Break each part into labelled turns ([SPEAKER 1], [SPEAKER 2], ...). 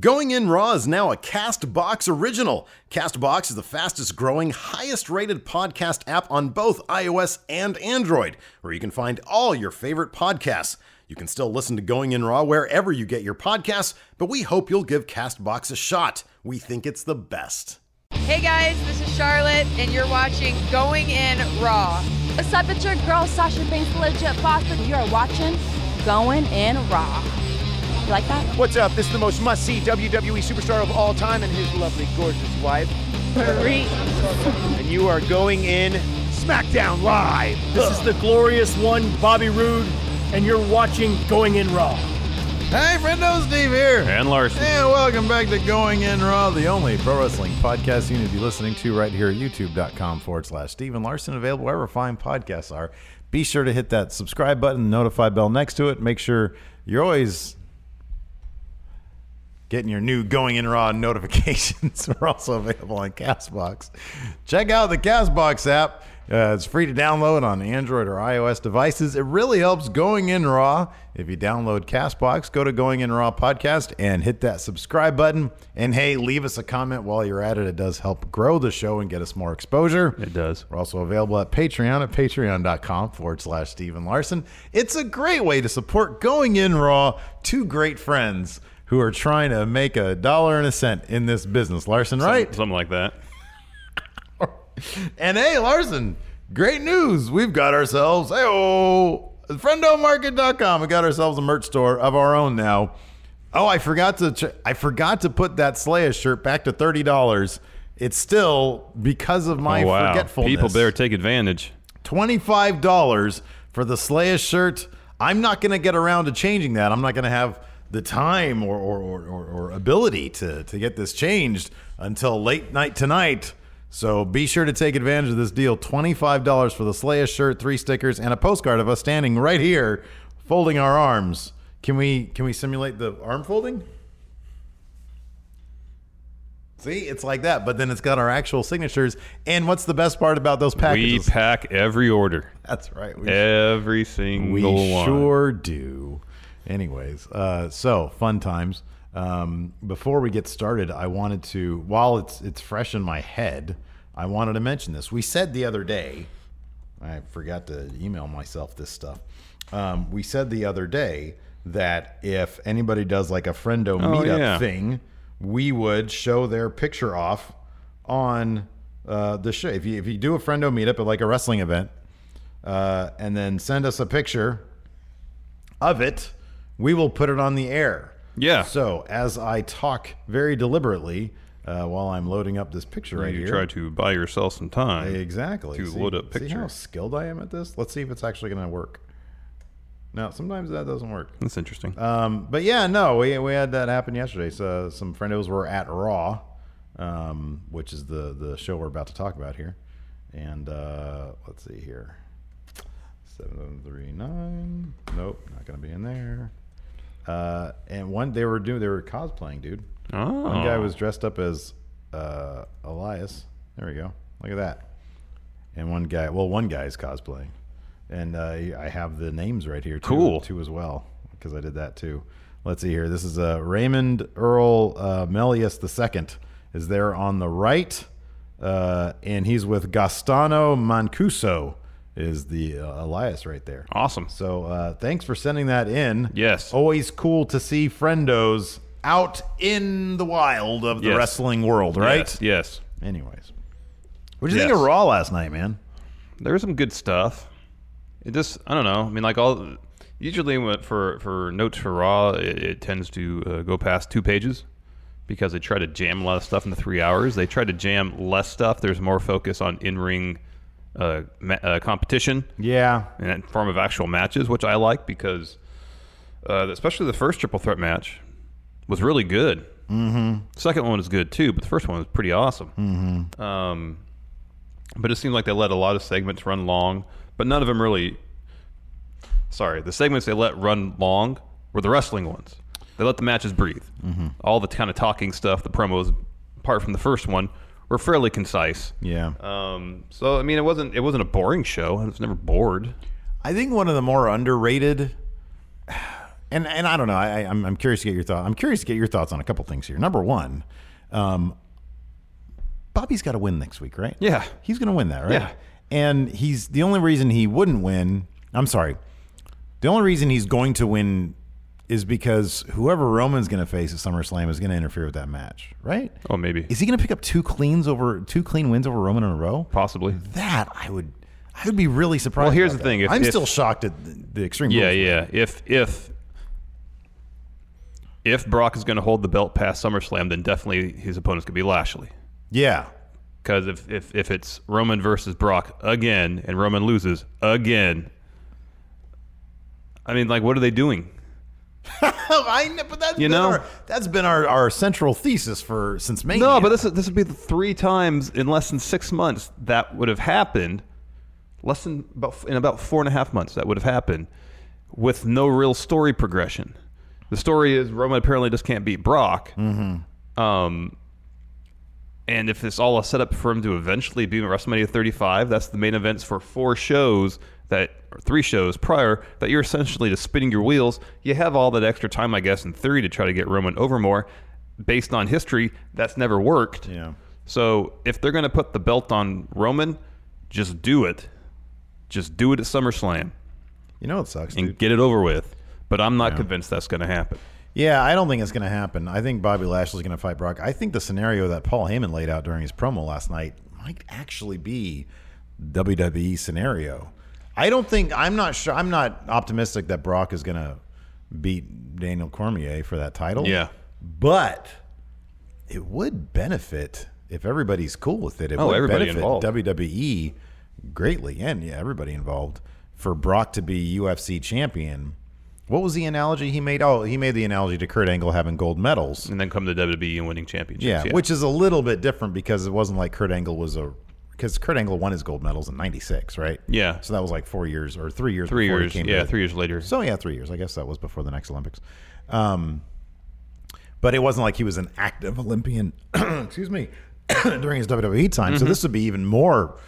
[SPEAKER 1] Going In Raw is now a Castbox original. Castbox is the fastest growing, highest rated podcast app on both iOS and Android, where you can find all your favorite podcasts. You can still listen to Going In Raw wherever you get your podcasts, but we hope you'll give Castbox a shot. We think it's the best.
[SPEAKER 2] Hey guys, this is Charlotte, and you're watching Going In Raw.
[SPEAKER 3] What's up, it's your girl Sasha Banks, legit boss, and you're watching Going In Raw. You like that?
[SPEAKER 4] What's up? This is the most must see WWE E superstar of all time and his lovely, gorgeous wife.
[SPEAKER 3] Marie.
[SPEAKER 4] And you are going in SmackDown Live.
[SPEAKER 5] This is the glorious one, Bobby Roode, and you're watching Going In Raw.
[SPEAKER 6] Oh,
[SPEAKER 7] Hey, friendo, Steve here.
[SPEAKER 6] And Larson.
[SPEAKER 7] And welcome back to Going In Raw, the only pro wrestling podcast you need to be listening to right here at youtube.com forward slash Steven Larson, available wherever fine podcasts are. Be sure to hit that subscribe button, notify bell next to it. Make sure you're always getting your new Going In Raw notifications. We're also available on Castbox. Check out the Castbox app. Uh, it's free to download on Android or iOS devices. It really helps Going In Raw. If you download Castbox, go to Going In Raw podcast and hit that subscribe button. And hey, leave us a comment while you're at it. It does help grow the show and get us more exposure.
[SPEAKER 6] It does.
[SPEAKER 7] We're also available at Patreon at patreon.com forward slash Stephen Larson. It's a great way to support Going In Raw, two great friends who are trying to make a dollar and a cent in this business. Larson, right?
[SPEAKER 6] Something like that.
[SPEAKER 7] And hey, Larson, great news. We've got ourselves, hey, friendomarket.com. We got ourselves a merch store of our own now. Oh, I forgot to ch- I forgot to put that Slayer shirt back to $30. It's still because of my
[SPEAKER 6] oh, wow.
[SPEAKER 7] forgetfulness.
[SPEAKER 6] People better take advantage.
[SPEAKER 7] $25 for the Slayer shirt. I'm not going to get around to changing that. I'm not going to have the time or, or, or, or, or ability to, to get this changed until late night tonight. So be sure to take advantage of this deal. $25 for the Slaya shirt, three stickers, and a postcard of us standing right here folding our arms. Can we can we simulate the arm folding? See, it's like that, but then it's got our actual signatures. And what's the best part about those packages?
[SPEAKER 6] We pack every order.
[SPEAKER 7] That's right. We,
[SPEAKER 6] Every single
[SPEAKER 7] we
[SPEAKER 6] one.
[SPEAKER 7] sure do. Anyways, uh, so fun times. Um, before we get started, I wanted to, while it's it's fresh in my head, I wanted to mention this. We said the other day, I forgot to email myself this stuff. Um, we said the other day that if anybody does like a friendo meetup
[SPEAKER 6] yeah.
[SPEAKER 7] thing, we would show their picture off on uh, the show. If you if you do a friendo meetup at like a wrestling event, uh, and then send us a picture of it, we will put it on the air.
[SPEAKER 6] Yeah.
[SPEAKER 7] So as I talk very deliberately uh, while I'm loading up this picture right
[SPEAKER 6] you
[SPEAKER 7] here.
[SPEAKER 6] try to buy yourself some time.
[SPEAKER 7] exactly.
[SPEAKER 6] to
[SPEAKER 7] see,
[SPEAKER 6] load up
[SPEAKER 7] See how
[SPEAKER 6] picture.
[SPEAKER 7] skilled I am at this? Let's see if it's actually going to work. Now, sometimes that doesn't work.
[SPEAKER 6] That's interesting.
[SPEAKER 4] Uh,
[SPEAKER 7] Um, but yeah, no, we, we had that happen yesterday. So some friendos were at Raw, um, which is the the show we're about to talk about here. And uh, let's see here, seven oh, three nine. Nope, not gonna be in there. Uh, and one they were doing they were cosplaying, dude.
[SPEAKER 6] oh.
[SPEAKER 7] One guy was dressed up as uh, Elias. There we go. Look at that. And one guy, well, one guy is cosplaying, and uh, I have the names right here. Too,
[SPEAKER 6] Cool.
[SPEAKER 7] Too as well because I did that too. Let's see here. This is uh, Raymond Earl uh, Melius II is there on the right, uh, and he's with Gastano Mancuso is the uh, Elias right there.
[SPEAKER 6] awesome.
[SPEAKER 7] So uh, thanks for sending that in.
[SPEAKER 6] Yes.
[SPEAKER 7] Always cool to see friendos out in the wild of the
[SPEAKER 6] Yes.
[SPEAKER 7] wrestling world, right?
[SPEAKER 6] Yes. yes.
[SPEAKER 7] Anyways. What did you think
[SPEAKER 6] Yes.
[SPEAKER 7] of Raw last night, man?
[SPEAKER 6] there was some good stuff. It just I don't know. I mean, like all usually when- for for notes for raw, it, it tends to uh, go past two pages because they try to jam a lot of stuff into three hours. They try to jam less stuff. There's more focus on in ring uh, ma- uh, competition
[SPEAKER 7] Yeah.
[SPEAKER 6] in that form of actual matches, which I like because uh, especially the first triple threat match was really good. Second one was good too, but the first one was pretty awesome. Mm-hmm. Um, but it seemed like they let a lot of segments run long, but none of them really. Sorry, the segments they let run long were the wrestling ones. They let the matches breathe. All the kind of talking stuff, the promos, apart from the first one, were fairly concise.
[SPEAKER 7] Yeah.
[SPEAKER 6] Um, so I mean, it wasn't it wasn't a boring show. I was never bored.
[SPEAKER 7] I think one of the more underrated, and and I don't know. I, I- I'm I'm curious to get your thought. I'm curious to get your thoughts on a couple things here. Number one, um, Bobby's got to win next week, right?
[SPEAKER 6] Yeah.
[SPEAKER 7] he's going to win that, right?
[SPEAKER 6] Yeah.
[SPEAKER 7] and he's the only reason he wouldn't win. I'm sorry, the only reason he's going to win is because whoever Roman's going to face at SummerSlam is going to interfere with that match, right?
[SPEAKER 6] Oh, maybe
[SPEAKER 7] Is he going to pick up two cleans over two clean wins over Roman in a row?
[SPEAKER 6] possibly.
[SPEAKER 7] that I would I would be really surprised.
[SPEAKER 6] Well, here's
[SPEAKER 7] about
[SPEAKER 6] the thing,
[SPEAKER 7] that.
[SPEAKER 6] if-
[SPEAKER 7] I'm
[SPEAKER 6] if-
[SPEAKER 7] still shocked at the, the extreme.
[SPEAKER 6] Yeah,
[SPEAKER 7] rules.
[SPEAKER 6] yeah. If if if Brock is going to hold the belt past SummerSlam, then definitely his opponent's going to be Lashley.
[SPEAKER 7] yeah.
[SPEAKER 6] Because if, if if it's Roman versus Brock again and Roman loses again, I mean, like, what are they doing?
[SPEAKER 7] I know, but that's
[SPEAKER 6] You
[SPEAKER 7] been
[SPEAKER 6] know?
[SPEAKER 7] our, that's been our, our central thesis for since Mania.
[SPEAKER 6] No, but this is, this would be the three times in less than six months that would have happened. Less than about in about four and a half months that would have happened, with no real story progression. The story is Roman apparently just can't beat Brock. Um, and if it's all set up for him to eventually be in WrestleMania 35, that's the main events for four shows that or three shows prior that you're essentially just spinning your wheels. You have all that extra time, I guess, in theory to try to get Roman over more. Based on history, that's never worked.
[SPEAKER 7] Yeah.
[SPEAKER 6] So if they're going to put the belt on Roman, just do it. Just do it at SummerSlam
[SPEAKER 7] you know it sucks,
[SPEAKER 6] and
[SPEAKER 7] dude.
[SPEAKER 6] get it over with. But I'm not convinced that's going to happen.
[SPEAKER 7] Yeah, I don't think it's going to happen. I think Bobby Lashley's going to fight Brock. I think the scenario that Paul Heyman laid out during his promo last night might actually be WWE scenario. I don't think I'm not sure. I'm not optimistic that Brock is going to beat Daniel Cormier for that title.
[SPEAKER 6] Yeah.
[SPEAKER 7] but it would benefit if everybody's cool with it. It
[SPEAKER 6] Oh,
[SPEAKER 7] would
[SPEAKER 6] everybody
[SPEAKER 7] benefit
[SPEAKER 6] involved.
[SPEAKER 7] WWE greatly, and yeah, everybody involved for Brock to be UFC champion. What was the analogy he made? Oh, he made the analogy to Kurt Angle having gold medals.
[SPEAKER 6] And then come to WWE E and winning championships.
[SPEAKER 7] Yeah, which is a little bit different because it wasn't like Kurt Angle was a because Kurt Angle won his gold medals in '96, right?
[SPEAKER 6] Yeah.
[SPEAKER 7] So that was like four years or three years.
[SPEAKER 6] three
[SPEAKER 7] before
[SPEAKER 6] years.
[SPEAKER 7] He came
[SPEAKER 6] Yeah,
[SPEAKER 7] to,
[SPEAKER 6] three years later.
[SPEAKER 7] so yeah, three years. I guess that was before the next Olympics. Um, but it wasn't like he was an active Olympian. excuse me, during his WWE time.
[SPEAKER 6] Mm-hmm.
[SPEAKER 7] So this would be even more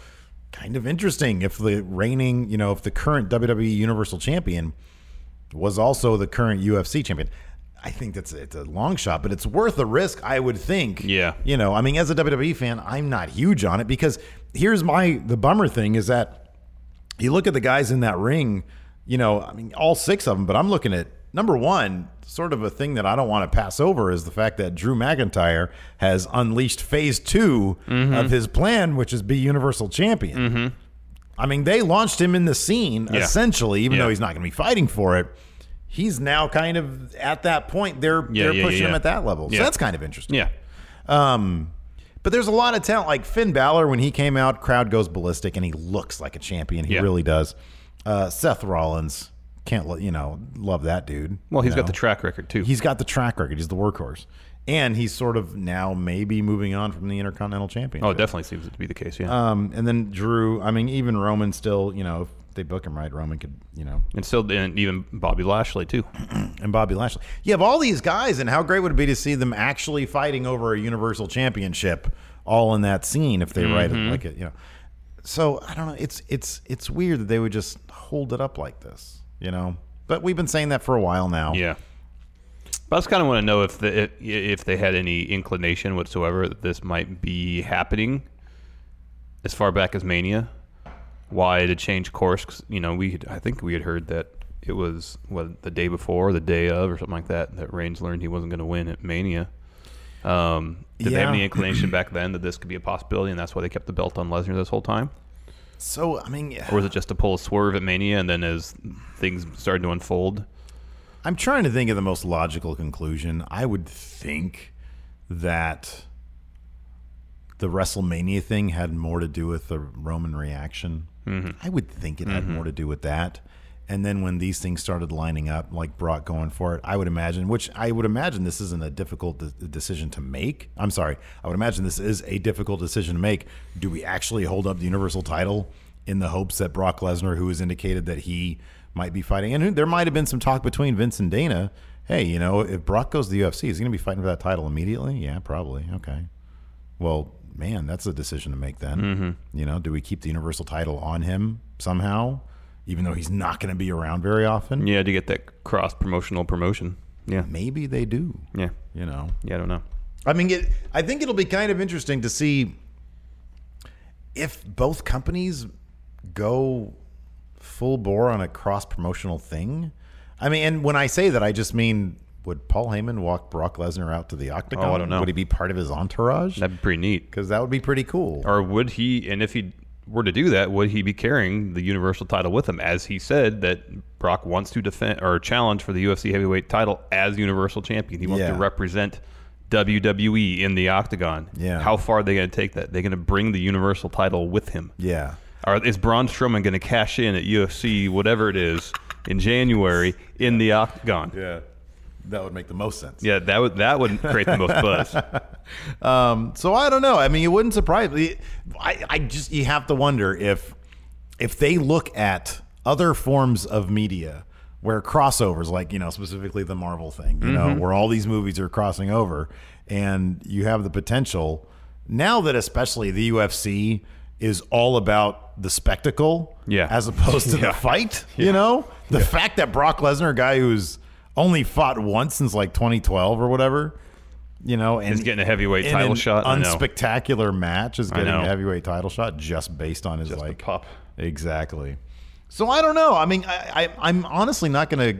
[SPEAKER 7] kind of interesting if the reigning, you know, if the current WWE Universal Champion was also the current UFC champion. I think that's it's a long shot, but it's worth a risk. I would think.
[SPEAKER 6] Yeah.
[SPEAKER 7] You know, I mean, as a WWE fan, I'm not huge on it because here's my the bummer thing is that you look at the guys in that ring, you know, I mean, all six of them, but I'm looking at number one, sort of a thing that I don't want to pass over is the fact that Drew McIntyre has unleashed phase 2
[SPEAKER 6] Mm-hmm.
[SPEAKER 7] of his plan, which is be Universal Champion. I mean, they launched him in the scene,
[SPEAKER 6] Yeah.
[SPEAKER 7] essentially, even
[SPEAKER 6] Yeah.
[SPEAKER 7] though he's not going to be fighting for it. He's now kind of at that point. They're,
[SPEAKER 6] Yeah,
[SPEAKER 7] they're
[SPEAKER 6] yeah, yeah,
[SPEAKER 7] pushing him
[SPEAKER 6] yeah.
[SPEAKER 7] at that level. So
[SPEAKER 6] Yeah.
[SPEAKER 7] that's kind of interesting.
[SPEAKER 6] yeah.
[SPEAKER 7] Um, but there's a lot of talent. Like Finn Balor, when he came out, crowd goes ballistic, and he looks like a champion. He
[SPEAKER 6] Yeah.
[SPEAKER 7] really does. Uh, Seth Rollins can't, lo- you know, love that dude.
[SPEAKER 6] Well,
[SPEAKER 7] he's
[SPEAKER 6] he's got the track record too.
[SPEAKER 7] he's got the track record. He's the workhorse, and he's sort of now maybe moving on from the Intercontinental Championship.
[SPEAKER 6] oh, it definitely seems to be the case. Yeah.
[SPEAKER 7] Um, and then Drew. I mean, even Roman still, you know, if they book him right, Roman could, you know,
[SPEAKER 6] and still, and even Bobby Lashley too.
[SPEAKER 7] and Bobby Lashley. You have all these guys, and how great would it be to see them actually fighting over a Universal Championship, all in that scene if they write it like it, you know. So I don't know. It's it's it's weird that they would just hold it up like this, you know. But we've been saying that for a while now.
[SPEAKER 6] Yeah. But I just kind of want to know if the if, if they had any inclination whatsoever that this might be happening as far back as Mania. Why to change course? 'Cause, you know, we had, I think we had heard that it was what the day before, the day of, or something like that. That Reigns learned he wasn't going to win at Mania. Um, did they have
[SPEAKER 7] Yeah.
[SPEAKER 6] any inclination back then that this could be a possibility, and that's why they kept the belt on Lesnar this whole time?
[SPEAKER 7] So I mean,
[SPEAKER 6] Or was it just to pull a swerve at Mania, and then as things started to unfold,
[SPEAKER 7] I'm trying to think of the most logical conclusion. I would think that the WrestleMania thing had more to do with the Roman reaction. I would think it had more to do with that. And then when these things started lining up, like Brock going for it, I would imagine, which I would imagine this isn't a difficult de- decision to make. I'm sorry. I would imagine this is a difficult decision to make. Do we actually hold up the Universal title in the hopes that Brock Lesnar, who has indicated that he might be fighting, and who- there might have been some talk between Vince and Dana. Hey, you know, if Brock goes to the UFC, is he going to be fighting for that title immediately? Yeah, probably. Okay. Well, man, that's a decision to make then.
[SPEAKER 6] Mm-hmm.
[SPEAKER 7] You know, do we keep the Universal title on him somehow, even though he's not going to be around very often?
[SPEAKER 6] Yeah, to get that cross promotional promotion. Yeah.
[SPEAKER 7] Maybe they do.
[SPEAKER 6] Yeah.
[SPEAKER 7] You know,
[SPEAKER 6] Yeah, I don't know.
[SPEAKER 7] I mean, it, I think it'll be kind of interesting to see if both companies go full bore on a cross promotional thing. I mean, and when I say that, I just mean would Paul Heyman walk Brock Lesnar out to the octagon?
[SPEAKER 6] Oh, I don't know.
[SPEAKER 7] Would he be part of his entourage?
[SPEAKER 6] That'd be pretty neat.
[SPEAKER 7] Because that would be pretty cool.
[SPEAKER 6] Or would he, and if he were to do that, would he be carrying the Universal title with him? As he said that Brock wants to defend or challenge for the UFC heavyweight title as Universal champion. He wants to
[SPEAKER 7] Yeah.
[SPEAKER 6] represent WWE in the octagon.
[SPEAKER 7] Yeah.
[SPEAKER 6] How far are they going to take that? They're going to bring the Universal title with him.
[SPEAKER 7] yeah.
[SPEAKER 6] Or is Braun Strowman going to cash in at UFC, whatever it is, in January in the octagon? Yeah,
[SPEAKER 7] That would make the most sense.
[SPEAKER 6] that would that would create the most buzz.
[SPEAKER 7] Um, so I don't know. I mean, it wouldn't surprise me. I, I just you have to wonder if if they look at other forms of media where crossovers, like you know, specifically the Marvel thing, you
[SPEAKER 6] Mm-hmm.
[SPEAKER 7] know, where all these movies are crossing over, and you have the potential now that especially the UFC is all about the spectacle,
[SPEAKER 6] Yeah.
[SPEAKER 7] as opposed to the fight. You know, the fact that Brock Lesnar, a guy who's only fought once since like 2012 or whatever. You know, and
[SPEAKER 6] Is getting a heavyweight
[SPEAKER 7] in
[SPEAKER 6] title
[SPEAKER 7] an
[SPEAKER 6] shot, I know.
[SPEAKER 7] Unspectacular match is getting
[SPEAKER 6] know.
[SPEAKER 7] a heavyweight title shot just based on his
[SPEAKER 6] Just the
[SPEAKER 7] like
[SPEAKER 6] pop.
[SPEAKER 7] Exactly. So I don't know. I mean, I, I I'm honestly not gonna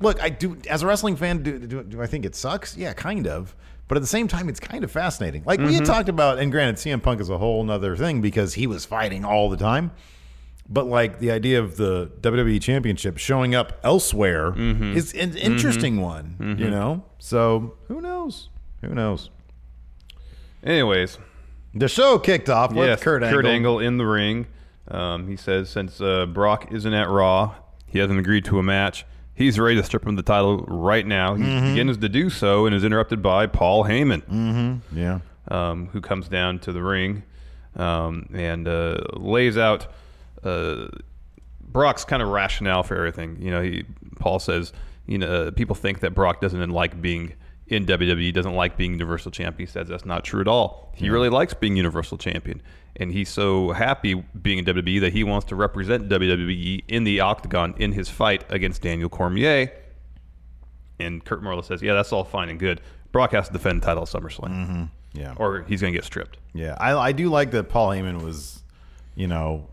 [SPEAKER 7] look. I do as a wrestling fan. Do, do do I think it sucks? Yeah, kind of. But at the same time, it's kind of fascinating. Like we had talked about, and granted, CM Punk is a whole nother thing because he was fighting all the time. But like the idea of the WWE Championship showing up elsewhere is an interesting one, you know. So who knows? Who knows?
[SPEAKER 6] Anyways,
[SPEAKER 7] The show kicked off with
[SPEAKER 6] yes,
[SPEAKER 7] Kurt Angle.
[SPEAKER 6] in the ring. Um, he says since uh, Brock isn't at Raw, he hasn't agreed to a match. He's ready to strip him the title right now. He
[SPEAKER 7] Mm-hmm.
[SPEAKER 6] begins to do so and is interrupted by Paul Heyman.
[SPEAKER 7] Yeah.
[SPEAKER 6] um, who comes down to the ring um, and uh, lays out uh, Brock's kind of rationale for everything. You know, he, Paul says, you know, uh, people think that Brock doesn't like being in WWE, doesn't like being Universal Champion. He says that's not true at all. He really likes being Universal Champion. And he's so happy being in WWE that he wants to represent WWE in the octagon in his fight against Daniel Cormier. And Kurt Morley says, yeah, that's all fine and good. Brock has to defend the title at SummerSlam
[SPEAKER 7] Yeah.
[SPEAKER 6] or he's going to get stripped.
[SPEAKER 7] Yeah, I, I do like that Paul Heyman was, you know,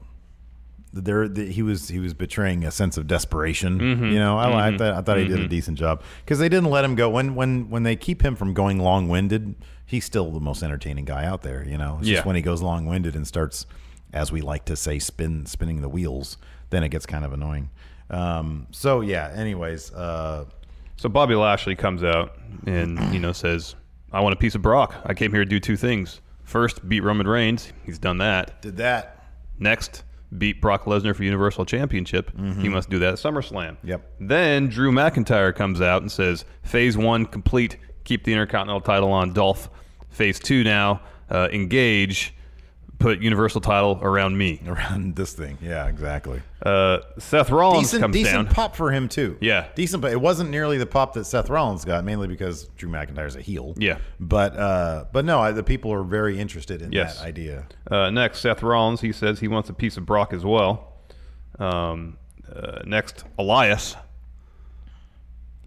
[SPEAKER 7] there the, he was he was betraying a sense of desperation. You know, I, I thought, I thought he did a decent job because they didn't let him go when when when they keep him from going long winded. He's still the most entertaining guy out there. You know, it's
[SPEAKER 6] Yeah.
[SPEAKER 7] just when he goes long winded and starts, as we like to say, spin spinning the wheels, then it gets kind of annoying. Um, so yeah. Anyways, uh,
[SPEAKER 6] So Bobby Lashley comes out and you know says, "I want a piece of Brock. I came here to do two things. First, beat Roman Reigns. He's done that.
[SPEAKER 7] did that.
[SPEAKER 6] Next, beat Brock Lesnar for Universal Championship. He must do that at SummerSlam.
[SPEAKER 7] Mm-hmm. Yep.
[SPEAKER 6] Then Drew McIntyre comes out and says, "Phase one complete. Keep the Intercontinental title on Dolph. Phase two now. Uh, engage." Put Universal title around me.
[SPEAKER 7] Around this thing, yeah, exactly.
[SPEAKER 6] Uh, Seth Rollins
[SPEAKER 7] decent,
[SPEAKER 6] comes
[SPEAKER 7] decent
[SPEAKER 6] down.
[SPEAKER 7] pop for him too.
[SPEAKER 6] Yeah.
[SPEAKER 7] decent, but it wasn't nearly the pop that Seth Rollins got, mainly because Drew McIntyre's a heel.
[SPEAKER 6] Yeah.
[SPEAKER 7] but uh, but no, I, the people are very interested in
[SPEAKER 6] Yes.
[SPEAKER 7] that idea.
[SPEAKER 6] Uh, next, Seth Rollins. He says he wants a piece of Brock as well. Um, uh, next, Elias.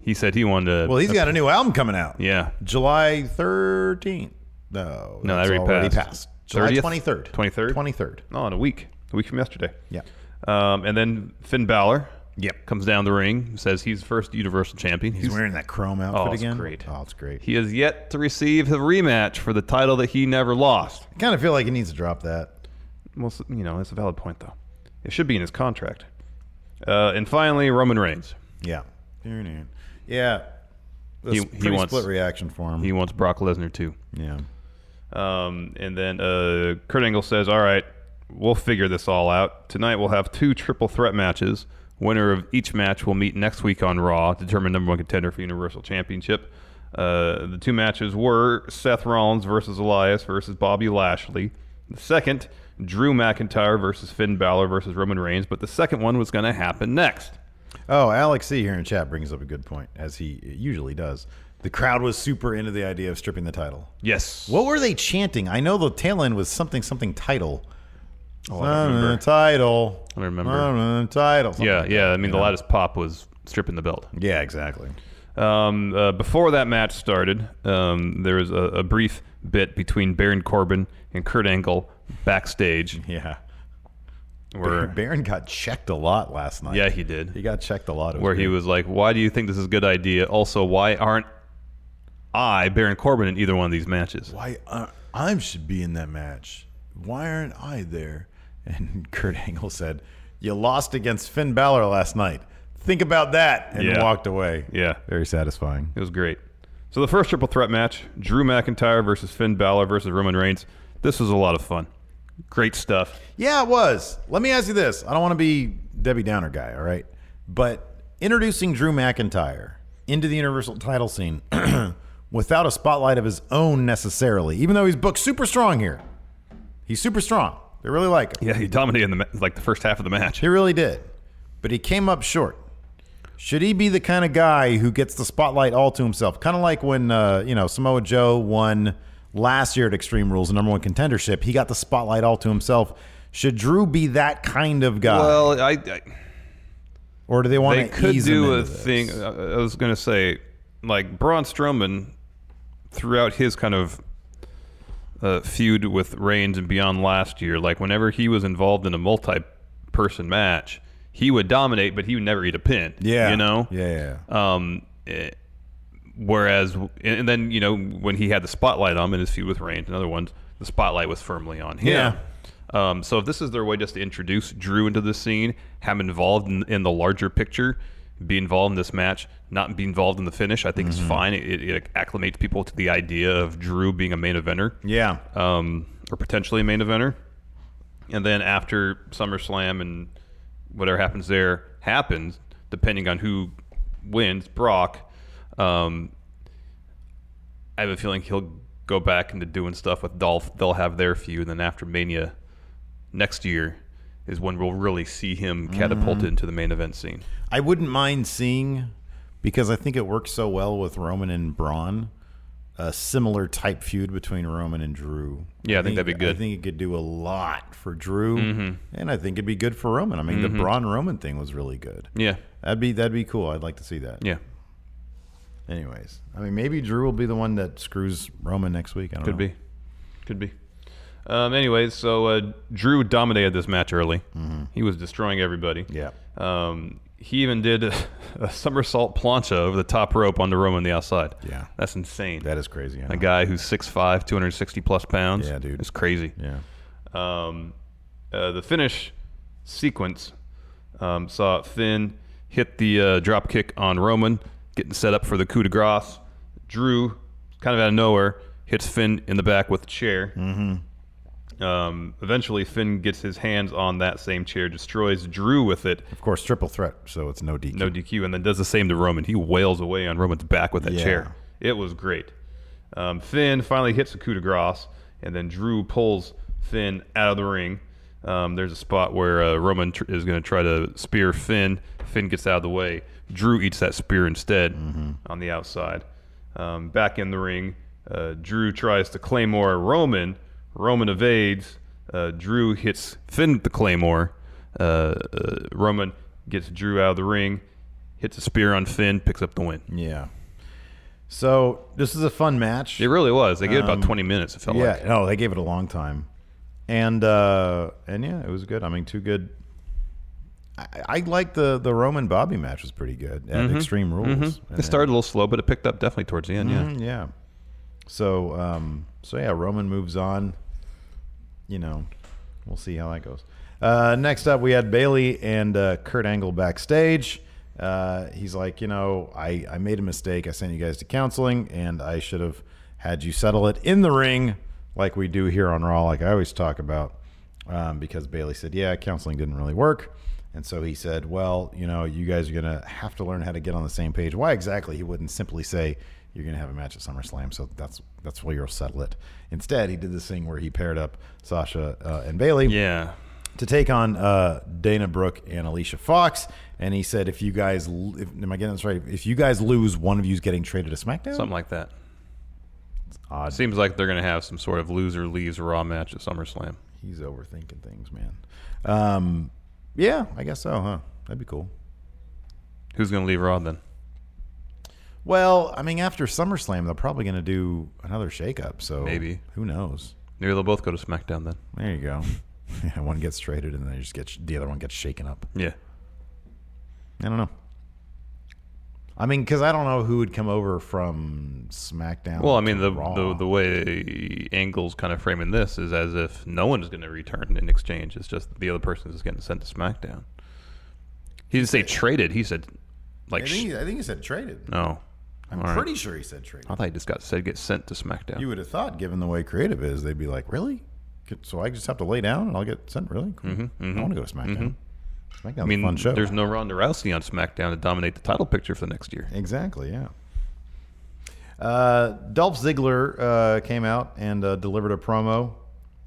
[SPEAKER 6] He said he wanted to.
[SPEAKER 7] Well, he's got a new album coming out.
[SPEAKER 6] yeah.
[SPEAKER 7] July thirteenth. No,
[SPEAKER 6] No,
[SPEAKER 7] that's
[SPEAKER 6] that already
[SPEAKER 7] already
[SPEAKER 6] passed.
[SPEAKER 7] passed. July
[SPEAKER 6] 30th?
[SPEAKER 7] twenty third.
[SPEAKER 6] 23rd?
[SPEAKER 7] Twenty third.
[SPEAKER 6] Oh, in a week. A week from yesterday.
[SPEAKER 7] Yeah.
[SPEAKER 6] Um, and then Finn Balor.
[SPEAKER 7] Yep.
[SPEAKER 6] Comes down the ring. Says he's the first Universal Champion.
[SPEAKER 7] He's wearing that chrome outfit
[SPEAKER 6] Oh, it's
[SPEAKER 7] again.
[SPEAKER 6] great.
[SPEAKER 7] Oh, it's great.
[SPEAKER 6] He has yet to receive the rematch for the title that he never lost.
[SPEAKER 7] I kind of feel like he needs to drop that.
[SPEAKER 6] Well, s- you know, that's a valid point though. It should be in his contract. Uh, and finally, Roman Reigns.
[SPEAKER 7] Yeah. Yeah. That's
[SPEAKER 6] He- he
[SPEAKER 7] pretty
[SPEAKER 6] wants-
[SPEAKER 7] split reaction for him.
[SPEAKER 6] He wants Brock Lesnar too.
[SPEAKER 7] yeah.
[SPEAKER 6] Um, and then uh, Kurt Angle says, "All right, we'll figure this all out tonight. We'll have two triple threat matches. Winner of each match will meet next week on Raw to determine number one contender for Universal Championship. Uh, the two matches were Seth Rollins versus Elias versus Bobby Lashley. The second, Drew McIntyre versus Finn Balor versus Roman Reigns, but the second one was going to happen next.
[SPEAKER 7] Oh, Alex C here in chat brings up a good point, as he usually does. The crowd was super into the idea of stripping the title.
[SPEAKER 6] Yes.
[SPEAKER 7] What were they chanting? I know the tail end was something something title.
[SPEAKER 6] Oh, I don't remember.
[SPEAKER 7] Title.
[SPEAKER 6] I don't remember.
[SPEAKER 7] Uh, title. something
[SPEAKER 6] Yeah,
[SPEAKER 7] like
[SPEAKER 6] yeah.
[SPEAKER 7] that,
[SPEAKER 6] I mean,
[SPEAKER 7] you
[SPEAKER 6] the
[SPEAKER 7] know?
[SPEAKER 6] loudest pop was stripping the belt.
[SPEAKER 7] Yeah, exactly.
[SPEAKER 6] Um, uh, before that match started, um, there was a, a brief bit between Baron Corbin and Kurt Angle backstage.
[SPEAKER 7] Yeah.
[SPEAKER 6] Where,
[SPEAKER 7] Baron got checked a lot last night.
[SPEAKER 6] yeah, he did.
[SPEAKER 7] He got checked a lot. It
[SPEAKER 6] where he
[SPEAKER 7] great.
[SPEAKER 6] was like, "Why do you think this is a good idea? Also, why aren't I Baron Corbin in either one of these matches?"
[SPEAKER 7] why uh, I should be in that match. Why aren't I there? And Kurt Angle said, "You lost against Finn Balor last night. Think about that." And
[SPEAKER 6] Yeah.
[SPEAKER 7] walked away.
[SPEAKER 6] Yeah,
[SPEAKER 7] Very satisfying.
[SPEAKER 6] it was great. So the first triple threat match: Drew McIntyre versus Finn Balor versus Roman Reigns. This was a lot of fun. Great stuff.
[SPEAKER 7] Yeah, it was. Let me ask you this. I don't want to be Debbie Downer guy, all right? But introducing Drew McIntyre into the Universal title scene without a spotlight of his own necessarily, even though he's booked super strong here. He's super strong. They really like him.
[SPEAKER 6] Yeah, he dominated the ma- like the first half of the match.
[SPEAKER 7] He really did. But he came up short. Should he be the kind of guy who gets the spotlight all to himself? Kind of like when uh, you know Samoa Joe won last year at Extreme Rules, the number one contendership. He got the spotlight all to himself. Should Drew be that kind of guy,
[SPEAKER 6] Well, I, I
[SPEAKER 7] or do they want
[SPEAKER 6] they
[SPEAKER 7] to
[SPEAKER 6] could
[SPEAKER 7] ease
[SPEAKER 6] do
[SPEAKER 7] him
[SPEAKER 6] a
[SPEAKER 7] into this?
[SPEAKER 6] thing. I I was gonna say, like Braun Strowman, throughout his kind of uh, feud with Reigns and beyond last year, like whenever he was involved in a multi-person match, he would dominate, but he would never eat a pin.
[SPEAKER 7] Yeah,
[SPEAKER 6] you know.
[SPEAKER 7] Yeah, yeah, yeah.
[SPEAKER 6] Um, eh, whereas, and and then you know when he had the spotlight on him in his feud with Reigns and other ones, the spotlight was firmly on him.
[SPEAKER 7] Yeah.
[SPEAKER 6] Um, so if this is their way just to introduce Drew into the scene, have him involved in, in the larger picture, be involved in this match, not be involved in the finish, I think it's fine. It, it acclimates people to the idea of Drew being a main eventer
[SPEAKER 7] yeah.
[SPEAKER 6] um, or potentially a main eventer. And then after SummerSlam and whatever happens there happens, depending on who wins, Brock, um, I have a feeling he'll go back into doing stuff with Dolph. They'll have their feud. And then after Mania next year is when we'll really see him catapulted into the main event scene.
[SPEAKER 7] I wouldn't mind seeing because I think it works so well with Roman and Braun. A similar type feud between Roman and Drew.
[SPEAKER 6] Yeah, I think that'd be good. Mm-hmm.
[SPEAKER 7] I think it could do a lot for Drew, and I think it'd be good for Roman. I mean, the Braun Roman thing was really good.
[SPEAKER 6] Yeah.
[SPEAKER 7] That'd be that'd be cool. I'd like to see that.
[SPEAKER 6] Yeah.
[SPEAKER 7] Anyways, I mean, maybe Drew will be the one that screws Roman next week. I don't
[SPEAKER 6] Could
[SPEAKER 7] know.
[SPEAKER 6] be. Could be. Um, anyways, so uh, Drew dominated this match early. He was destroying everybody.
[SPEAKER 7] Yeah.
[SPEAKER 6] Um, he even did a, a somersault plancha over the top rope onto Roman on the outside.
[SPEAKER 7] Yeah.
[SPEAKER 6] That's insane.
[SPEAKER 7] That is crazy. I
[SPEAKER 6] A
[SPEAKER 7] know.
[SPEAKER 6] guy who's 6'5", 260 plus pounds.
[SPEAKER 7] Yeah, dude.
[SPEAKER 6] It's crazy.
[SPEAKER 7] Yeah.
[SPEAKER 6] Um, uh, the finish sequence um, saw Finn hit the uh, drop kick on Roman, getting set up for the coup de grace. Drew, kind of out of nowhere, hits Finn in the back with a chair. Mm-hmm. Um, eventually, Finn gets his hands on that same chair, destroys Drew with it,
[SPEAKER 7] Of course, triple threat, so it's no DQ.
[SPEAKER 6] no DQ, and then does the same to Roman. He wails away on Roman's back with that
[SPEAKER 7] Yeah.
[SPEAKER 6] chair. It was great. Um, Finn finally hits a coup de grace, and then Drew pulls Finn out of the ring. Um, there's a spot where uh, Roman tr- is going to try to spear Finn. Finn gets out of the way. Drew eats that spear instead on the outside. Um, back in the ring, uh, Drew tries to claymore Roman. Roman evades. Uh, Drew hits Finn with the claymore. Uh, uh, Roman gets Drew out of the ring, hits a spear on Finn, picks up the win.
[SPEAKER 7] Yeah. So this is a fun match.
[SPEAKER 6] It really was. They gave it about 20 minutes. It felt
[SPEAKER 7] Um, Yeah,
[SPEAKER 6] like.
[SPEAKER 7] no, they gave it a long time, and uh, and yeah, it was good. I mean, two good. I, I like the the Roman Bobby match was pretty good
[SPEAKER 6] Mm-hmm.
[SPEAKER 7] at Extreme Rules. And
[SPEAKER 6] It started a little slow, but it picked up definitely towards the end.
[SPEAKER 7] then- Mhm, yeah. So um, so yeah, Roman moves on. You know, we'll see how that goes. Uh, next up, we had Bailey and uh, Kurt Angle backstage. Uh, he's like, you know, I, I made a mistake. I sent you guys to counseling, and I should have had you settle it in the ring, like we do here on Raw, like I always talk about, um, because Bailey said, yeah, counseling didn't really work. And so he said, Well, you know, you guys are going to have to learn how to get on the same page. Why exactly? He wouldn't simply say, You're going to have a match at SummerSlam. So that's that's where you'll settle it. Instead, he did this thing where he paired up Sasha uh, and Bailey
[SPEAKER 6] Yeah.
[SPEAKER 7] to take on uh, Dana Brooke and Alicia Fox. And he said, If you guys, l- if, am I getting this right? If you guys lose, one of you is getting traded to SmackDown?
[SPEAKER 6] Something like that.
[SPEAKER 7] odd.
[SPEAKER 6] Seems like they're going to have some sort of loser leaves Raw match at SummerSlam.
[SPEAKER 7] He's overthinking things, man. Um, yeah, I guess so, huh? That'd be cool.
[SPEAKER 6] Who's going to leave Raw then?
[SPEAKER 7] Well, I mean, after SummerSlam, they're probably going to do another shakeup. So
[SPEAKER 6] Maybe.
[SPEAKER 7] who knows?
[SPEAKER 6] Maybe they'll both go to SmackDown then.
[SPEAKER 7] There you go. yeah, one gets traded, and then they just get the other one gets shaken up.
[SPEAKER 6] Yeah.
[SPEAKER 7] I don't know. I mean, because I don't know who would come over from SmackDown.
[SPEAKER 6] Well, I mean,
[SPEAKER 7] to
[SPEAKER 6] the,
[SPEAKER 7] Raw.
[SPEAKER 6] the the way Angle's kind of framing this is as if no one's going to return in exchange. It's just the other person is getting sent to SmackDown. He didn't say traded. He said,
[SPEAKER 7] I
[SPEAKER 6] like,
[SPEAKER 7] think,
[SPEAKER 6] sh-
[SPEAKER 7] he- I think he said traded.
[SPEAKER 6] no.
[SPEAKER 7] I'm
[SPEAKER 6] All right.
[SPEAKER 7] pretty sure he said traded.
[SPEAKER 6] I thought he just got said get sent to SmackDown.
[SPEAKER 7] You would have thought, given the way creative is, they'd be like, "Really? Could- So I just have to lay down and I'll get sent? Really? Cool. I want to go to SmackDown. SmackDown's
[SPEAKER 6] Mm-hmm, I
[SPEAKER 7] a
[SPEAKER 6] mean,
[SPEAKER 7] fun show.
[SPEAKER 6] there's no Ronda Rousey on SmackDown to dominate the title picture for the next year.
[SPEAKER 7] Exactly, yeah. Uh, Dolph Ziggler uh, came out and uh, delivered a promo.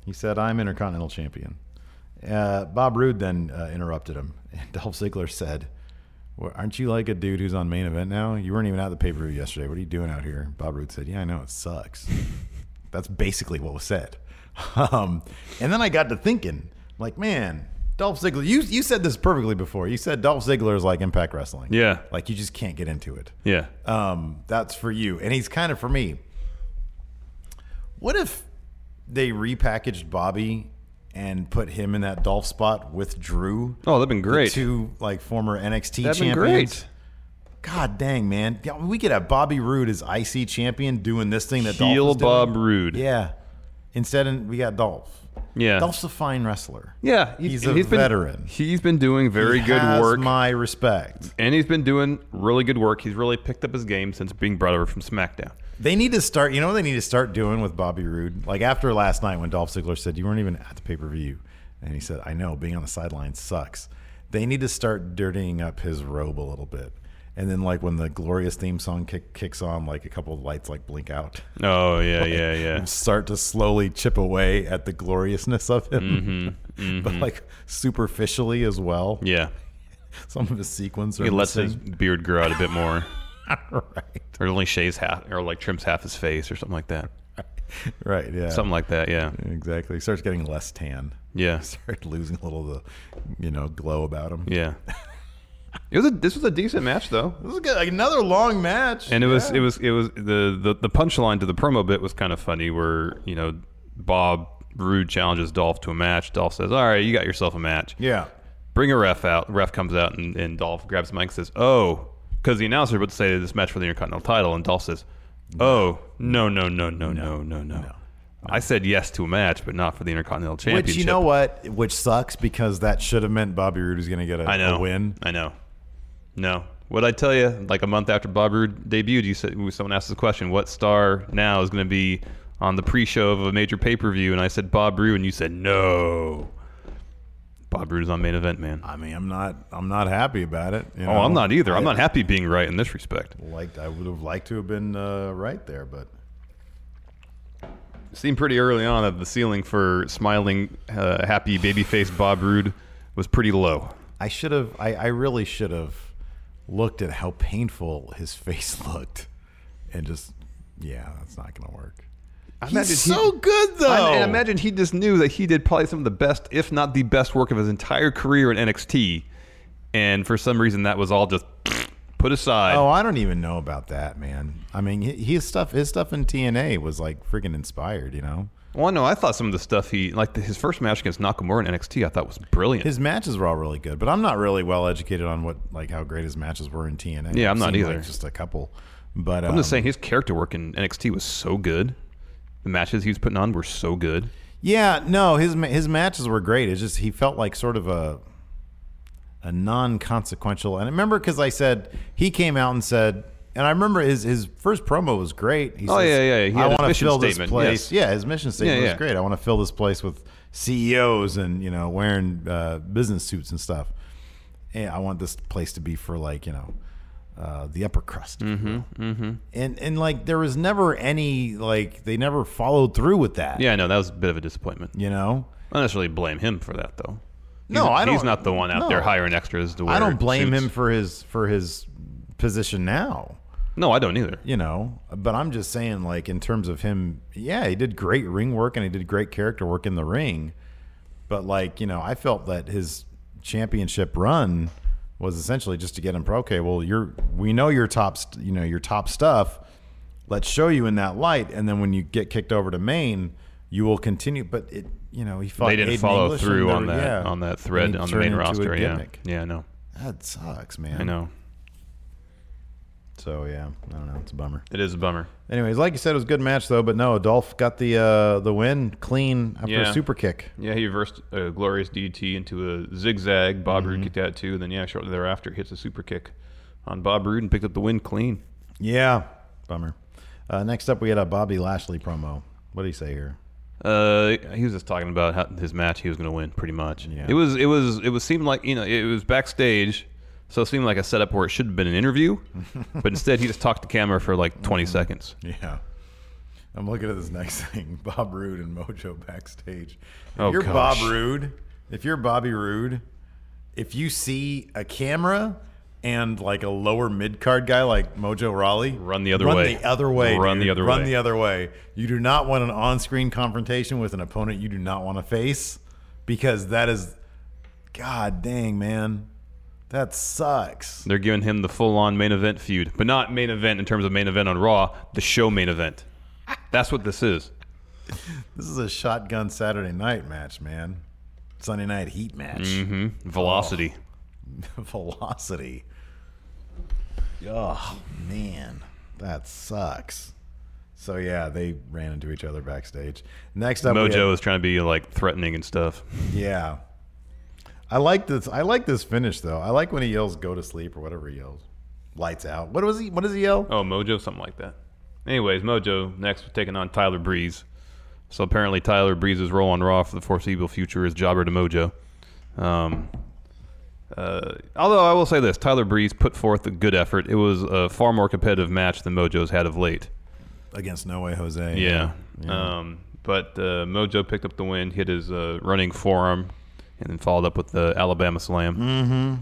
[SPEAKER 7] He said, I'm Intercontinental Champion. Uh, Bob Roode then uh, interrupted him. And Dolph Ziggler said, well, Aren't you like a dude who's on main event now? You weren't even at the pay per view yesterday. What are you doing out here? Bob Roode said, Yeah, I know. It sucks. That's basically what was said. Um, and then I got to thinking, like, man, Dolph Ziggler, you, you said this perfectly before. You said Dolph Ziggler is like Impact Wrestling.
[SPEAKER 6] Yeah.
[SPEAKER 7] Like, you just can't get into it
[SPEAKER 6] Yeah.
[SPEAKER 7] um, that's for you. And he's kind of for me. What if they repackaged Bobby and put him in that Dolph spot with Drew?
[SPEAKER 6] Oh, that'd been
[SPEAKER 7] The
[SPEAKER 6] great.
[SPEAKER 7] two like former NXT
[SPEAKER 6] That'd been
[SPEAKER 7] champions.
[SPEAKER 6] great.
[SPEAKER 7] God dang, man. Yeah, We could have Bobby Roode as IC champion doing this thing that Dolph
[SPEAKER 6] Heel
[SPEAKER 7] was doing.
[SPEAKER 6] Bob Roode.
[SPEAKER 7] Yeah. Instead, we got Dolph.
[SPEAKER 6] Yeah.
[SPEAKER 7] Dolph's a fine wrestler.
[SPEAKER 6] yeah.
[SPEAKER 7] He's a
[SPEAKER 6] been-
[SPEAKER 7] veteran.
[SPEAKER 6] He's been doing very
[SPEAKER 7] He
[SPEAKER 6] good
[SPEAKER 7] has
[SPEAKER 6] work.
[SPEAKER 7] My respect.
[SPEAKER 6] and he's been doing really good work. He's really picked up his game since being brought over from SmackDown.
[SPEAKER 7] They need to start. You know what they need to start doing with Bobby Roode? Like after last night when Dolph Ziggler said you weren't even at the pay per view, and he said, "I know being on the sideline sucks." They need to start dirtying up his robe a little bit, and then like when the glorious theme song kick, kicks on, like a couple of lights like blink out,
[SPEAKER 6] Oh yeah, yeah, yeah.
[SPEAKER 7] and start to slowly chip away at the gloriousness of him, but like superficially as well.
[SPEAKER 6] Mm-hmm, Yeah.
[SPEAKER 7] Some of his sequins are
[SPEAKER 6] He lets
[SPEAKER 7] missing.
[SPEAKER 6] his beard grow out a bit more.
[SPEAKER 7] right,
[SPEAKER 6] Or only shaves half or like trims half his face or something like that.
[SPEAKER 7] right, yeah,
[SPEAKER 6] Something like that, yeah.
[SPEAKER 7] exactly. He starts getting less tan.
[SPEAKER 6] Yeah.
[SPEAKER 7] started losing a little of the, you know, glow about him.
[SPEAKER 6] Yeah. It was a, this was a decent match though.
[SPEAKER 7] This is good. Like, another long match.
[SPEAKER 6] And it was it was it was the, the the punchline to the promo bit was kind of funny where, you know, Bob Rude challenges Dolph to a match. Dolph says, All right, you got yourself a match.
[SPEAKER 7] yeah.
[SPEAKER 6] bring a ref out. Ref comes out and, and Dolph grabs the mic and says, "Oh," because the announcer would say this match for the Intercontinental title, and Dolph says, "Oh, no, no, no, no, no, no, no." I said yes to a match, but not for the Intercontinental Championship.
[SPEAKER 7] Which you know what? Which sucks because that should have meant Bobby Roode was going to get a,
[SPEAKER 6] I know.
[SPEAKER 7] a win.
[SPEAKER 6] I know. No. What I tell you, like a month after Bob Roode debuted, you said someone asked the question, "What star now is going to be on the pre-show of a major pay-per-view?" And I said Bob Roode, and you said no. Bob Roode is on main event, man.
[SPEAKER 7] I mean, I'm not, I'm not happy about it. you
[SPEAKER 6] Oh,
[SPEAKER 7] know?
[SPEAKER 6] I'm not either. I'm
[SPEAKER 7] I
[SPEAKER 6] not happy being right in this respect.
[SPEAKER 7] Liked, I would have liked to have been uh, right there, but
[SPEAKER 6] seemed pretty early on that the ceiling for smiling, uh, happy babyface Bob Roode was pretty low.
[SPEAKER 7] I should have. I, I really should have looked at how painful his face looked, and just, yeah, that's not going to work. He's so good though.
[SPEAKER 6] I, and I imagine he just knew that he did probably some of the best, if not the best, work of his entire career in NXT, and for some reason that was all just put aside.
[SPEAKER 7] Oh, I don't even know about that, man. I mean, hi- his stuff, his stuff in TNA was like freaking inspired, you know.
[SPEAKER 6] Well, no, I thought some of the stuff he like his first match against Nakamura in NXT, I thought was brilliant.
[SPEAKER 7] His matches were all really good, but I'm not really well educated on what like how great his matches were in TNA.
[SPEAKER 6] Yeah, I'm
[SPEAKER 7] I've
[SPEAKER 6] not
[SPEAKER 7] seen,
[SPEAKER 6] either.
[SPEAKER 7] Like, just a couple, but um,
[SPEAKER 6] I'm just saying his character work in NXT was so good. The matches he was putting on were so good.
[SPEAKER 7] Yeah, no, his ma- his matches were great. It's just he felt like sort of a a non-consequential. And I remember because I said he came out and said, and I remember his his first promo was great. He
[SPEAKER 6] Oh,
[SPEAKER 7] says,
[SPEAKER 6] yeah, yeah, he
[SPEAKER 7] I
[SPEAKER 6] had his
[SPEAKER 7] want to
[SPEAKER 6] mission
[SPEAKER 7] fill this
[SPEAKER 6] statement,
[SPEAKER 7] place.
[SPEAKER 6] yes.
[SPEAKER 7] Yeah, his mission statement
[SPEAKER 6] Yeah,
[SPEAKER 7] was
[SPEAKER 6] yeah.
[SPEAKER 7] great. I E want to fill this place with CEOs and you know wearing uh, business suits and stuff. eh, I want this place to be for like you know uh, the upper crust, if
[SPEAKER 6] Mm-hmm,
[SPEAKER 7] you will. and and like there was never any like they never followed through with that.
[SPEAKER 6] Yeah, I know that was a bit of a disappointment.
[SPEAKER 7] you know.
[SPEAKER 6] I don't necessarily blame him for that though.
[SPEAKER 7] No,
[SPEAKER 6] he's,
[SPEAKER 7] I don't-
[SPEAKER 6] He's not the one out
[SPEAKER 7] no.
[SPEAKER 6] there hiring extras to wear.
[SPEAKER 7] I don't blame
[SPEAKER 6] suits.
[SPEAKER 7] him for his for his position now.
[SPEAKER 6] No, I don't either.
[SPEAKER 7] you know but i'm just saying like in terms of him yeah he did great ring work and he did great character work in the ring but like you know i felt that his championship run was essentially just to get him pro okay well you're we know your top st- you know your top stuff let's show you in that light and then when you get kicked over to maine you will continue but it you know he fought
[SPEAKER 6] They didn't
[SPEAKER 7] Aiden
[SPEAKER 6] follow
[SPEAKER 7] English and
[SPEAKER 6] through
[SPEAKER 7] there-
[SPEAKER 6] on that
[SPEAKER 7] yeah.
[SPEAKER 6] on that
[SPEAKER 7] And
[SPEAKER 6] thread
[SPEAKER 7] he
[SPEAKER 6] on the
[SPEAKER 7] turned
[SPEAKER 6] main
[SPEAKER 7] into a
[SPEAKER 6] roster. Yeah,
[SPEAKER 7] gimmick.
[SPEAKER 6] yeah, I know.
[SPEAKER 7] that sucks man
[SPEAKER 6] I know.
[SPEAKER 7] so yeah i don't know it's a bummer
[SPEAKER 6] It is a bummer.
[SPEAKER 7] Anyways, like you said, it was a good match though. But no, Dolph got the uh, the win clean after
[SPEAKER 6] Yeah.
[SPEAKER 7] a super kick.
[SPEAKER 6] Yeah, he reversed a glorious DDT into a zigzag. Bob Roode kicked out too. Then yeah, shortly thereafter hits a super kick on Bob Roode and picked up the win clean.
[SPEAKER 7] Yeah, bummer. Uh, next up, we had a Bobby Lashley promo. What do you say here?
[SPEAKER 6] Uh, he was just talking about how his match he was going to win, pretty much.
[SPEAKER 7] Yeah.
[SPEAKER 6] It was, it was, it was seemed like you know it was backstage, so it seemed like a setup where it should have been an interview, but instead he just talked to camera for like 20 seconds.
[SPEAKER 7] Yeah, I'm looking at this next thing: Bob Roode and Mojo backstage. If
[SPEAKER 6] Oh,
[SPEAKER 7] you're
[SPEAKER 6] gosh.
[SPEAKER 7] Bob Roode, if you're Bobby Roode, if you see a camera and like a lower mid card guy like Mojo Raleigh,
[SPEAKER 6] Run the other
[SPEAKER 7] run
[SPEAKER 6] way.
[SPEAKER 7] the other way,
[SPEAKER 6] Run
[SPEAKER 7] dude.
[SPEAKER 6] the other
[SPEAKER 7] run
[SPEAKER 6] way.
[SPEAKER 7] the other way. You do not want an on screen confrontation with an opponent you do not want to face because that is, god dang man, that sucks.
[SPEAKER 6] They're giving him the full-on main event feud, but not main event in terms of main event on Raw, the show main event. That's what this is.
[SPEAKER 7] This is a shotgun Saturday night match, man. Sunday night heat match.
[SPEAKER 6] Mm-hmm. Velocity.
[SPEAKER 7] velocity. Oh man, that sucks. So yeah, they ran into each other backstage. Next up, we
[SPEAKER 6] Mojo
[SPEAKER 7] had-
[SPEAKER 6] is trying to be like threatening and stuff.
[SPEAKER 7] yeah, I like this. I like this finish though. I like when he yells "Go to sleep" or whatever he yells. Lights out. What was he? What does he yell?
[SPEAKER 6] Oh, Mojo, something like that. Anyways, Mojo next was taking on Tyler Breeze. So apparently, Tyler Breeze's role on Raw for the foreseeable future is jobber to Mojo. Um, uh, although I will say this, Tyler Breeze put forth a good effort. It was a far more competitive match than Mojo's had of late.
[SPEAKER 7] Against No Way Jose.
[SPEAKER 6] Oh. Yeah. Um, but uh, Mojo picked up the win, hit his uh, running forearm, and then followed up with the Alabama Slam.
[SPEAKER 7] Mm.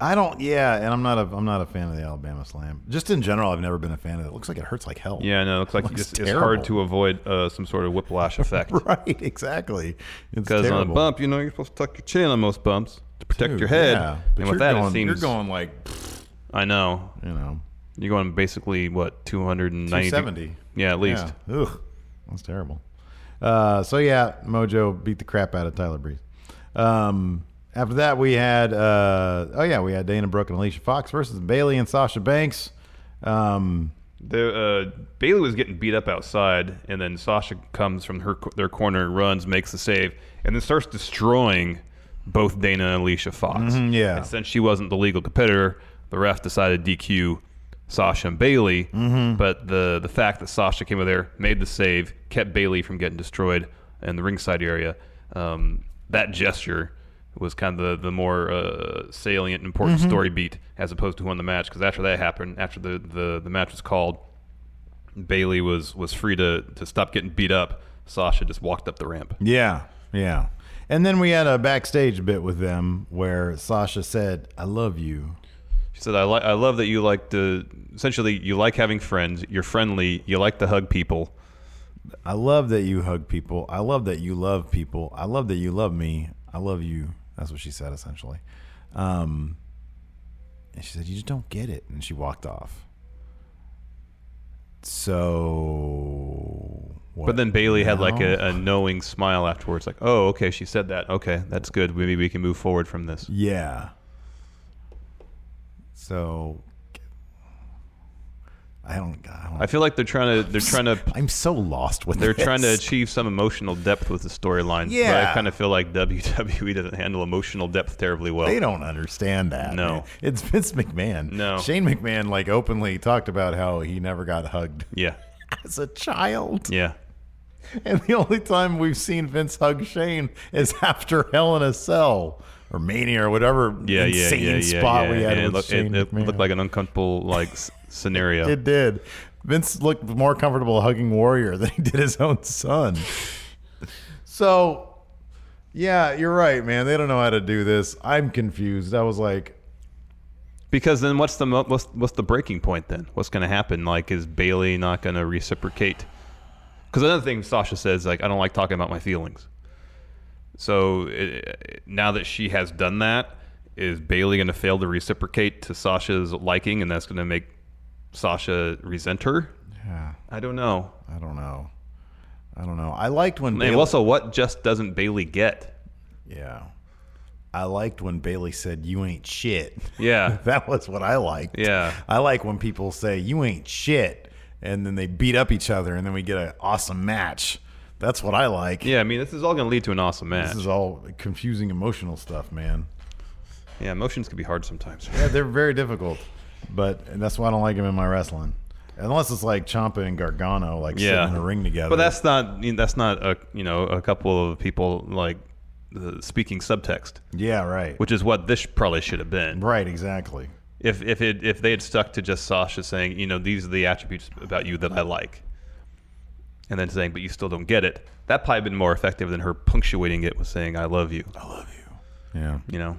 [SPEAKER 7] I don't. Yeah, and I'm not a. I'm not a fan of the Alabama Slam. Just in general, I've never been a fan of it. It looks like it hurts like hell.
[SPEAKER 6] Yeah, no, it looks like
[SPEAKER 7] Looks
[SPEAKER 6] it's, it's hard
[SPEAKER 7] terrible.
[SPEAKER 6] to avoid uh, some sort of whiplash effect.
[SPEAKER 7] Right. Exactly. It's
[SPEAKER 6] Because on a
[SPEAKER 7] terrible.
[SPEAKER 6] bump, you know, you're supposed to tuck your chin on most bumps to protect
[SPEAKER 7] Dude,
[SPEAKER 6] your head.
[SPEAKER 7] Yeah. But
[SPEAKER 6] And
[SPEAKER 7] you're
[SPEAKER 6] with that,
[SPEAKER 7] going,
[SPEAKER 6] it seems
[SPEAKER 7] you're going like
[SPEAKER 6] I know
[SPEAKER 7] you know,
[SPEAKER 6] you're going basically what 290,
[SPEAKER 7] 270.
[SPEAKER 6] Yeah, at least.
[SPEAKER 7] Yeah. Ugh, that's terrible. Uh, so yeah, Mojo beat the crap out of Tyler Breeze. Um, after that, we had uh, oh yeah, we had Dana Brooke and Alicia Fox versus Bailey and Sasha Banks. Um,
[SPEAKER 6] The, uh, Bailey was getting beat up outside, and then Sasha comes from her co- their corner, runs, makes the save, and then starts destroying both Dana and Alicia Fox.
[SPEAKER 7] yeah.
[SPEAKER 6] And since she wasn't the legal competitor, the ref decided DQ Sasha and Bailey. But the the fact that Sasha came over there, made the save, kept Bailey from getting destroyed in the ringside area. Um, that gesture was kind of the, the more uh, salient and important story beat as opposed to who won the match. Because after that happened, after the, the, the match was called, Bailey was was free to, to stop getting beat up. Sasha just walked up the ramp.
[SPEAKER 7] yeah, yeah. And then we had a backstage bit with them where Sasha said, "I love you."
[SPEAKER 6] She said, I, li- I love that you like to, essentially, you like having friends. You're friendly. You like to hug people.
[SPEAKER 7] I love that you hug people. I love that you love people. I love that you love me. I love you. That's what she said essentially. Um, and she said, "You just don't get it." And she walked off. So, what
[SPEAKER 6] But then Bailey had like
[SPEAKER 7] now?
[SPEAKER 6] a, a knowing smile afterwards, like, oh, okay, she said that. Okay, that's good. Maybe we can move forward from this.
[SPEAKER 7] yeah. So, I don't. I don't
[SPEAKER 6] I feel like they're trying to, they're trying to,
[SPEAKER 7] I'm so lost with.
[SPEAKER 6] they're
[SPEAKER 7] this.
[SPEAKER 6] trying to achieve some emotional depth with the storyline. But I
[SPEAKER 7] Yeah.
[SPEAKER 6] kind of feel like WWE doesn't handle emotional depth terribly well.
[SPEAKER 7] They don't understand that.
[SPEAKER 6] No.
[SPEAKER 7] It's Vince McMahon.
[SPEAKER 6] No.
[SPEAKER 7] Shane McMahon, like, openly talked about how he never got hugged
[SPEAKER 6] Yeah.
[SPEAKER 7] as a child.
[SPEAKER 6] Yeah.
[SPEAKER 7] And the only time we've seen Vince hug Shane is after Hell in a Cell, or Mania or whatever
[SPEAKER 6] Yeah, yeah,
[SPEAKER 7] insane
[SPEAKER 6] yeah, yeah,
[SPEAKER 7] spot
[SPEAKER 6] yeah.
[SPEAKER 7] we had
[SPEAKER 6] And it,
[SPEAKER 7] with
[SPEAKER 6] looked- it-
[SPEAKER 7] Shane
[SPEAKER 6] it
[SPEAKER 7] McMahon.
[SPEAKER 6] looked like an uncomfortable like s- scenario.
[SPEAKER 7] It did. Vince looked more comfortable hugging Warrior than he did his own son. So, yeah, you're right, man. They don't know how to do this. I'm confused. I was like,
[SPEAKER 6] Because then, what's the mo- what's what's the breaking point then? What's going to happen? Like, is Bailey not going to reciprocate? Because another thing Sasha says, like, I don't like talking about my feelings. So it, now that she has done that, is Bailey going to fail to reciprocate to Sasha's liking, and that's going to make Sasha resent her?
[SPEAKER 7] yeah,
[SPEAKER 6] I don't know.
[SPEAKER 7] I don't know. I don't know. I liked when
[SPEAKER 6] And
[SPEAKER 7] Bailey,
[SPEAKER 6] also, what just doesn't Bailey get?
[SPEAKER 7] yeah, I liked when Bailey said, "You ain't shit."
[SPEAKER 6] Yeah,
[SPEAKER 7] that was what I liked.
[SPEAKER 6] Yeah.
[SPEAKER 7] I like when people say, "You ain't shit," and then they beat up each other, and then we get an awesome match. That's what I like.
[SPEAKER 6] yeah. I mean, this is all going to lead to an awesome match.
[SPEAKER 7] This is all confusing emotional stuff, man.
[SPEAKER 6] yeah, emotions can be hard sometimes.
[SPEAKER 7] Yeah, they're very difficult, but and that's why I don't like them in my wrestling. Unless it's like Champa and Gargano, like sitting in a ring together.
[SPEAKER 6] But that's not you know, that's not a you know a couple of people like uh, speaking subtext,
[SPEAKER 7] yeah, right,
[SPEAKER 6] which is what this probably should have been.
[SPEAKER 7] right, exactly.
[SPEAKER 6] If if it if they had stuck to just Sasha saying you know these are the attributes about you that I like, and then saying but you still don't get it, that probably been more effective than her punctuating it with saying I love you.
[SPEAKER 7] Oh. Yeah.
[SPEAKER 6] You know.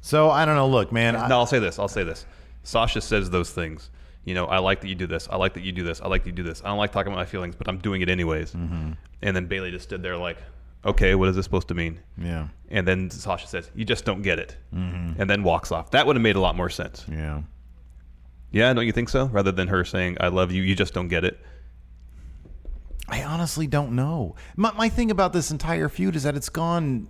[SPEAKER 7] So I don't know. Look, man. I,
[SPEAKER 6] No, I'll say this. I'll say this. Sasha says those things. You know, I like that you do this. I like that you do this. I like that you do this. I don't like talking about my feelings, but I'm doing it anyways.
[SPEAKER 7] Mm-hmm.
[SPEAKER 6] And then Bailey just stood there like, okay, what is this supposed to mean?
[SPEAKER 7] Yeah.
[SPEAKER 6] And then Sasha says, you just don't get it. Mm-hmm. And then walks off. That would have made a lot more sense.
[SPEAKER 7] Yeah.
[SPEAKER 6] Yeah, don't you think so? Rather than her saying, I love you, you just don't get it.
[SPEAKER 7] I honestly don't know. My, my thing about this entire feud is that it's gone.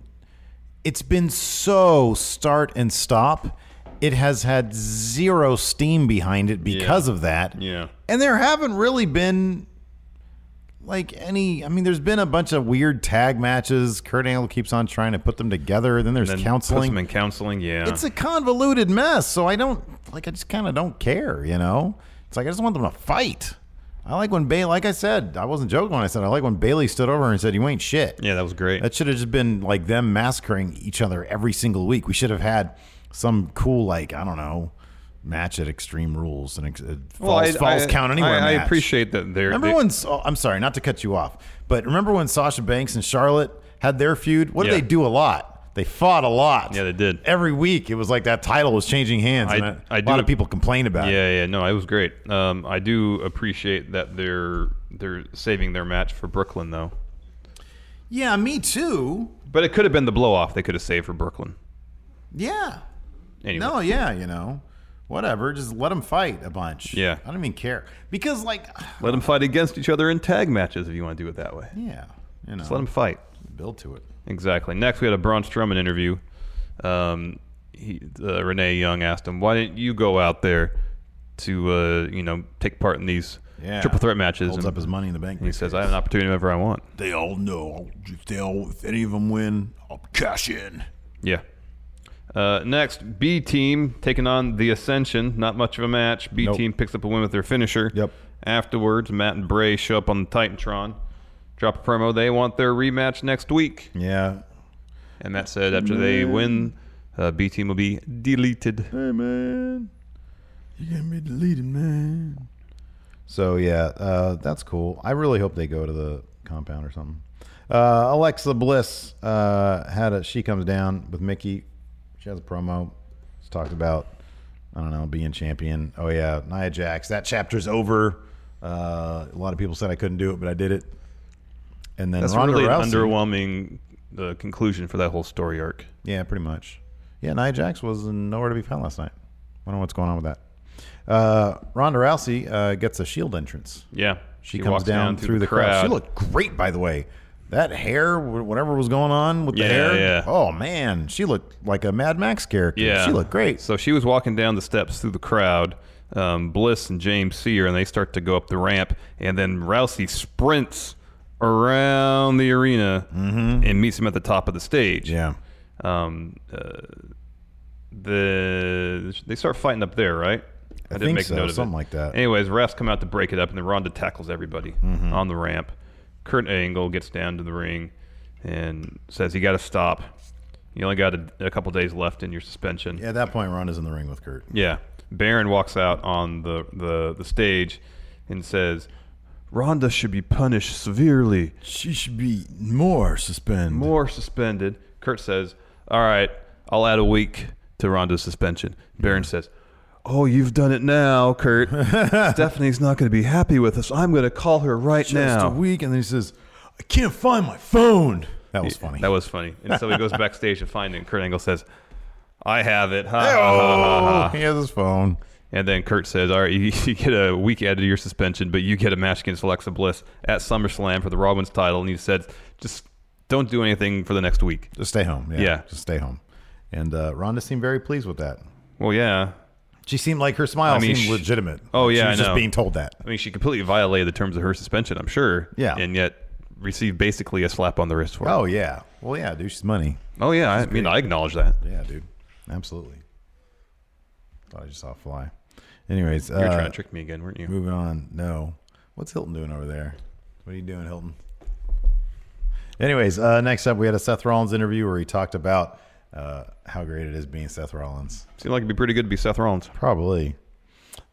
[SPEAKER 7] It's been so start and stop. It has had zero steam behind it because of that.
[SPEAKER 6] Yeah.
[SPEAKER 7] And there haven't really been like any. I mean, there's been a bunch of weird tag matches. Kurt Angle keeps on trying to put them together. Then there's
[SPEAKER 6] And then puts
[SPEAKER 7] counseling.
[SPEAKER 6] them in counseling. Yeah.
[SPEAKER 7] It's a convoluted mess. So I don't like. I just kind of don't care. You know, it's like I just want them to fight. I like when Bailey. Like I said, I wasn't joking when I said I like when Bailey stood over and said, "You ain't shit."
[SPEAKER 6] yeah, that was great.
[SPEAKER 7] That should have just been like them massacring each other every single week. We should have had some cool, like I don't know, match at Extreme Rules and ex- uh, false, false count anywhere.
[SPEAKER 6] I, I
[SPEAKER 7] match.
[SPEAKER 6] appreciate that they're.
[SPEAKER 7] Remember
[SPEAKER 6] they-
[SPEAKER 7] when? Sa- I'm sorry, not to cut you off, but remember when Sasha Banks and Charlotte had their feud? What did
[SPEAKER 6] Yeah.
[SPEAKER 7] they do a lot? They fought a lot.
[SPEAKER 6] Yeah, they did.
[SPEAKER 7] Every week, it was like that title was changing hands,
[SPEAKER 6] I-
[SPEAKER 7] and a
[SPEAKER 6] I
[SPEAKER 7] a
[SPEAKER 6] do-
[SPEAKER 7] lot of people complained about it.
[SPEAKER 6] Yeah, yeah, no, it was great. Um, I do appreciate that they're they're saving their match for Brooklyn though.
[SPEAKER 7] Yeah, me too.
[SPEAKER 6] But it could have been the blow off they could have saved for Brooklyn.
[SPEAKER 7] Yeah.
[SPEAKER 6] Anyway.
[SPEAKER 7] No, yeah, you know, whatever. Just let them fight a bunch.
[SPEAKER 6] Yeah.
[SPEAKER 7] I don't even care because, like,
[SPEAKER 6] Let them fight against each other in tag matches if you want to do it that way.
[SPEAKER 7] yeah, you know,
[SPEAKER 6] Just let them fight.
[SPEAKER 7] build to it.
[SPEAKER 6] Exactly. Next, we had a Braun Strowman interview. Um, he, uh, Renee Young asked him, "Why didn't you go out there to uh, you know take part in these
[SPEAKER 7] Yeah.
[SPEAKER 6] triple threat matches?"
[SPEAKER 7] Holds
[SPEAKER 6] And
[SPEAKER 7] up his money in the bank.
[SPEAKER 6] He says, "I have an opportunity whenever I want."
[SPEAKER 7] "They all know if they all if any of them win, I'll cash in."
[SPEAKER 6] Yeah. Uh, next, B team taking on the Ascension. Not much of a match. B
[SPEAKER 7] Nope.
[SPEAKER 6] team picks up a win with their finisher.
[SPEAKER 7] Yep.
[SPEAKER 6] Afterwards, Matt and Bray show up on the Titantron, drop a promo. They want their rematch next week. Mm.
[SPEAKER 7] Yeah,
[SPEAKER 6] And Matt said after they win, uh, B team will be deleted.
[SPEAKER 7] Hey man, you got me deleted, man. So yeah, uh, that's cool. I really hope they go to the compound or something. Uh, Alexa Bliss uh, had a she comes down with Mickey. She has a promo. It's talked about I don't know being champion. Oh yeah, Nia Jax. That chapter's over. Uh, a lot of people said I couldn't do it, but I did it. And then
[SPEAKER 6] That's
[SPEAKER 7] Ronda
[SPEAKER 6] really
[SPEAKER 7] Rousey.
[SPEAKER 6] an underwhelming uh, conclusion for that whole story arc.
[SPEAKER 7] Yeah, pretty much. Yeah, Nia Jax was nowhere to be found last night. I don't know what's going on with that. Uh, Ronda Rousey uh, gets a shield entrance.
[SPEAKER 6] Yeah.
[SPEAKER 7] She, comes
[SPEAKER 6] walks
[SPEAKER 7] down, through, the, crowd. She looked great, by the way. That hair, wh- whatever was going on with
[SPEAKER 6] Yeah,
[SPEAKER 7] the hair.
[SPEAKER 6] yeah.
[SPEAKER 7] Oh man, she looked like a Mad Max character.
[SPEAKER 6] Yeah,
[SPEAKER 7] she looked great.
[SPEAKER 6] So she was walking down the steps through the crowd. Um, Bliss and James see her, and they start to go up the ramp, and then Rousey sprints around the arena and meets him at the top of the stage.
[SPEAKER 7] Mm-hmm. yeah,
[SPEAKER 6] Um, uh, the they start fighting up there, right?
[SPEAKER 7] I think so, something like that. Mm-hmm.
[SPEAKER 6] Anyways, refs come out to break it up, and then Ronda tackles everybody on the ramp. Kurt Angle gets down to the ring and says, "You got to stop." You only got a, a couple days left in your suspension.
[SPEAKER 7] At that point, Ron is in the ring with Kurt.
[SPEAKER 6] Yeah. Baron walks out on the, the, the stage and says, Rhonda should be punished severely,
[SPEAKER 7] She should be more suspended.
[SPEAKER 6] more suspended. Kurt says, All right, I'll add a week to Rhonda's suspension. Baron says, Oh, you've done it now, Kurt. Stephanie's not going to be happy with us. I'm going to call her right
[SPEAKER 7] Just
[SPEAKER 6] now.
[SPEAKER 7] a week, and then he says, "I can't find my phone." That was funny.
[SPEAKER 6] That was funny. And so he goes backstage to find it. And Kurt Angle says, I have it. Ha, ha, ha, ha, ha.
[SPEAKER 7] Oh, he has his phone.
[SPEAKER 6] And then Kurt says, "All right, you, you get a week added to your suspension, but you get a match against Alexa Bliss at SummerSlam for the Raw Women's title." And he said, "Just don't do anything for the next week."
[SPEAKER 7] Just stay home. Yeah,
[SPEAKER 6] Yeah.
[SPEAKER 7] just stay home. And uh, Rhonda seemed very pleased with that.
[SPEAKER 6] Well, yeah.
[SPEAKER 7] She seemed like her smile
[SPEAKER 6] I mean,
[SPEAKER 7] seemed
[SPEAKER 6] she-
[SPEAKER 7] legitimate.
[SPEAKER 6] Oh,
[SPEAKER 7] she
[SPEAKER 6] yeah,
[SPEAKER 7] was
[SPEAKER 6] I
[SPEAKER 7] just
[SPEAKER 6] know.
[SPEAKER 7] being told that.
[SPEAKER 6] I mean, she completely violated the terms of her suspension, I'm sure.
[SPEAKER 7] Yeah.
[SPEAKER 6] And yet received basically a slap on the wrist for it.
[SPEAKER 7] Oh yeah, well yeah, dude, she's money.
[SPEAKER 6] Oh, yeah. I mean, I acknowledge that.
[SPEAKER 7] Yeah, dude, absolutely. Thought I just saw a fly. Anyways,
[SPEAKER 6] You were
[SPEAKER 7] uh,
[SPEAKER 6] trying to trick me again, weren't you?
[SPEAKER 7] moving on. No, what's Hilton doing over there? What are you doing, Hilton? Anyways, uh, next up we had a Seth Rollins interview where he talked about uh, how great it is being Seth Rollins.
[SPEAKER 6] Seemed like it'd be pretty good to be Seth Rollins.
[SPEAKER 7] Probably.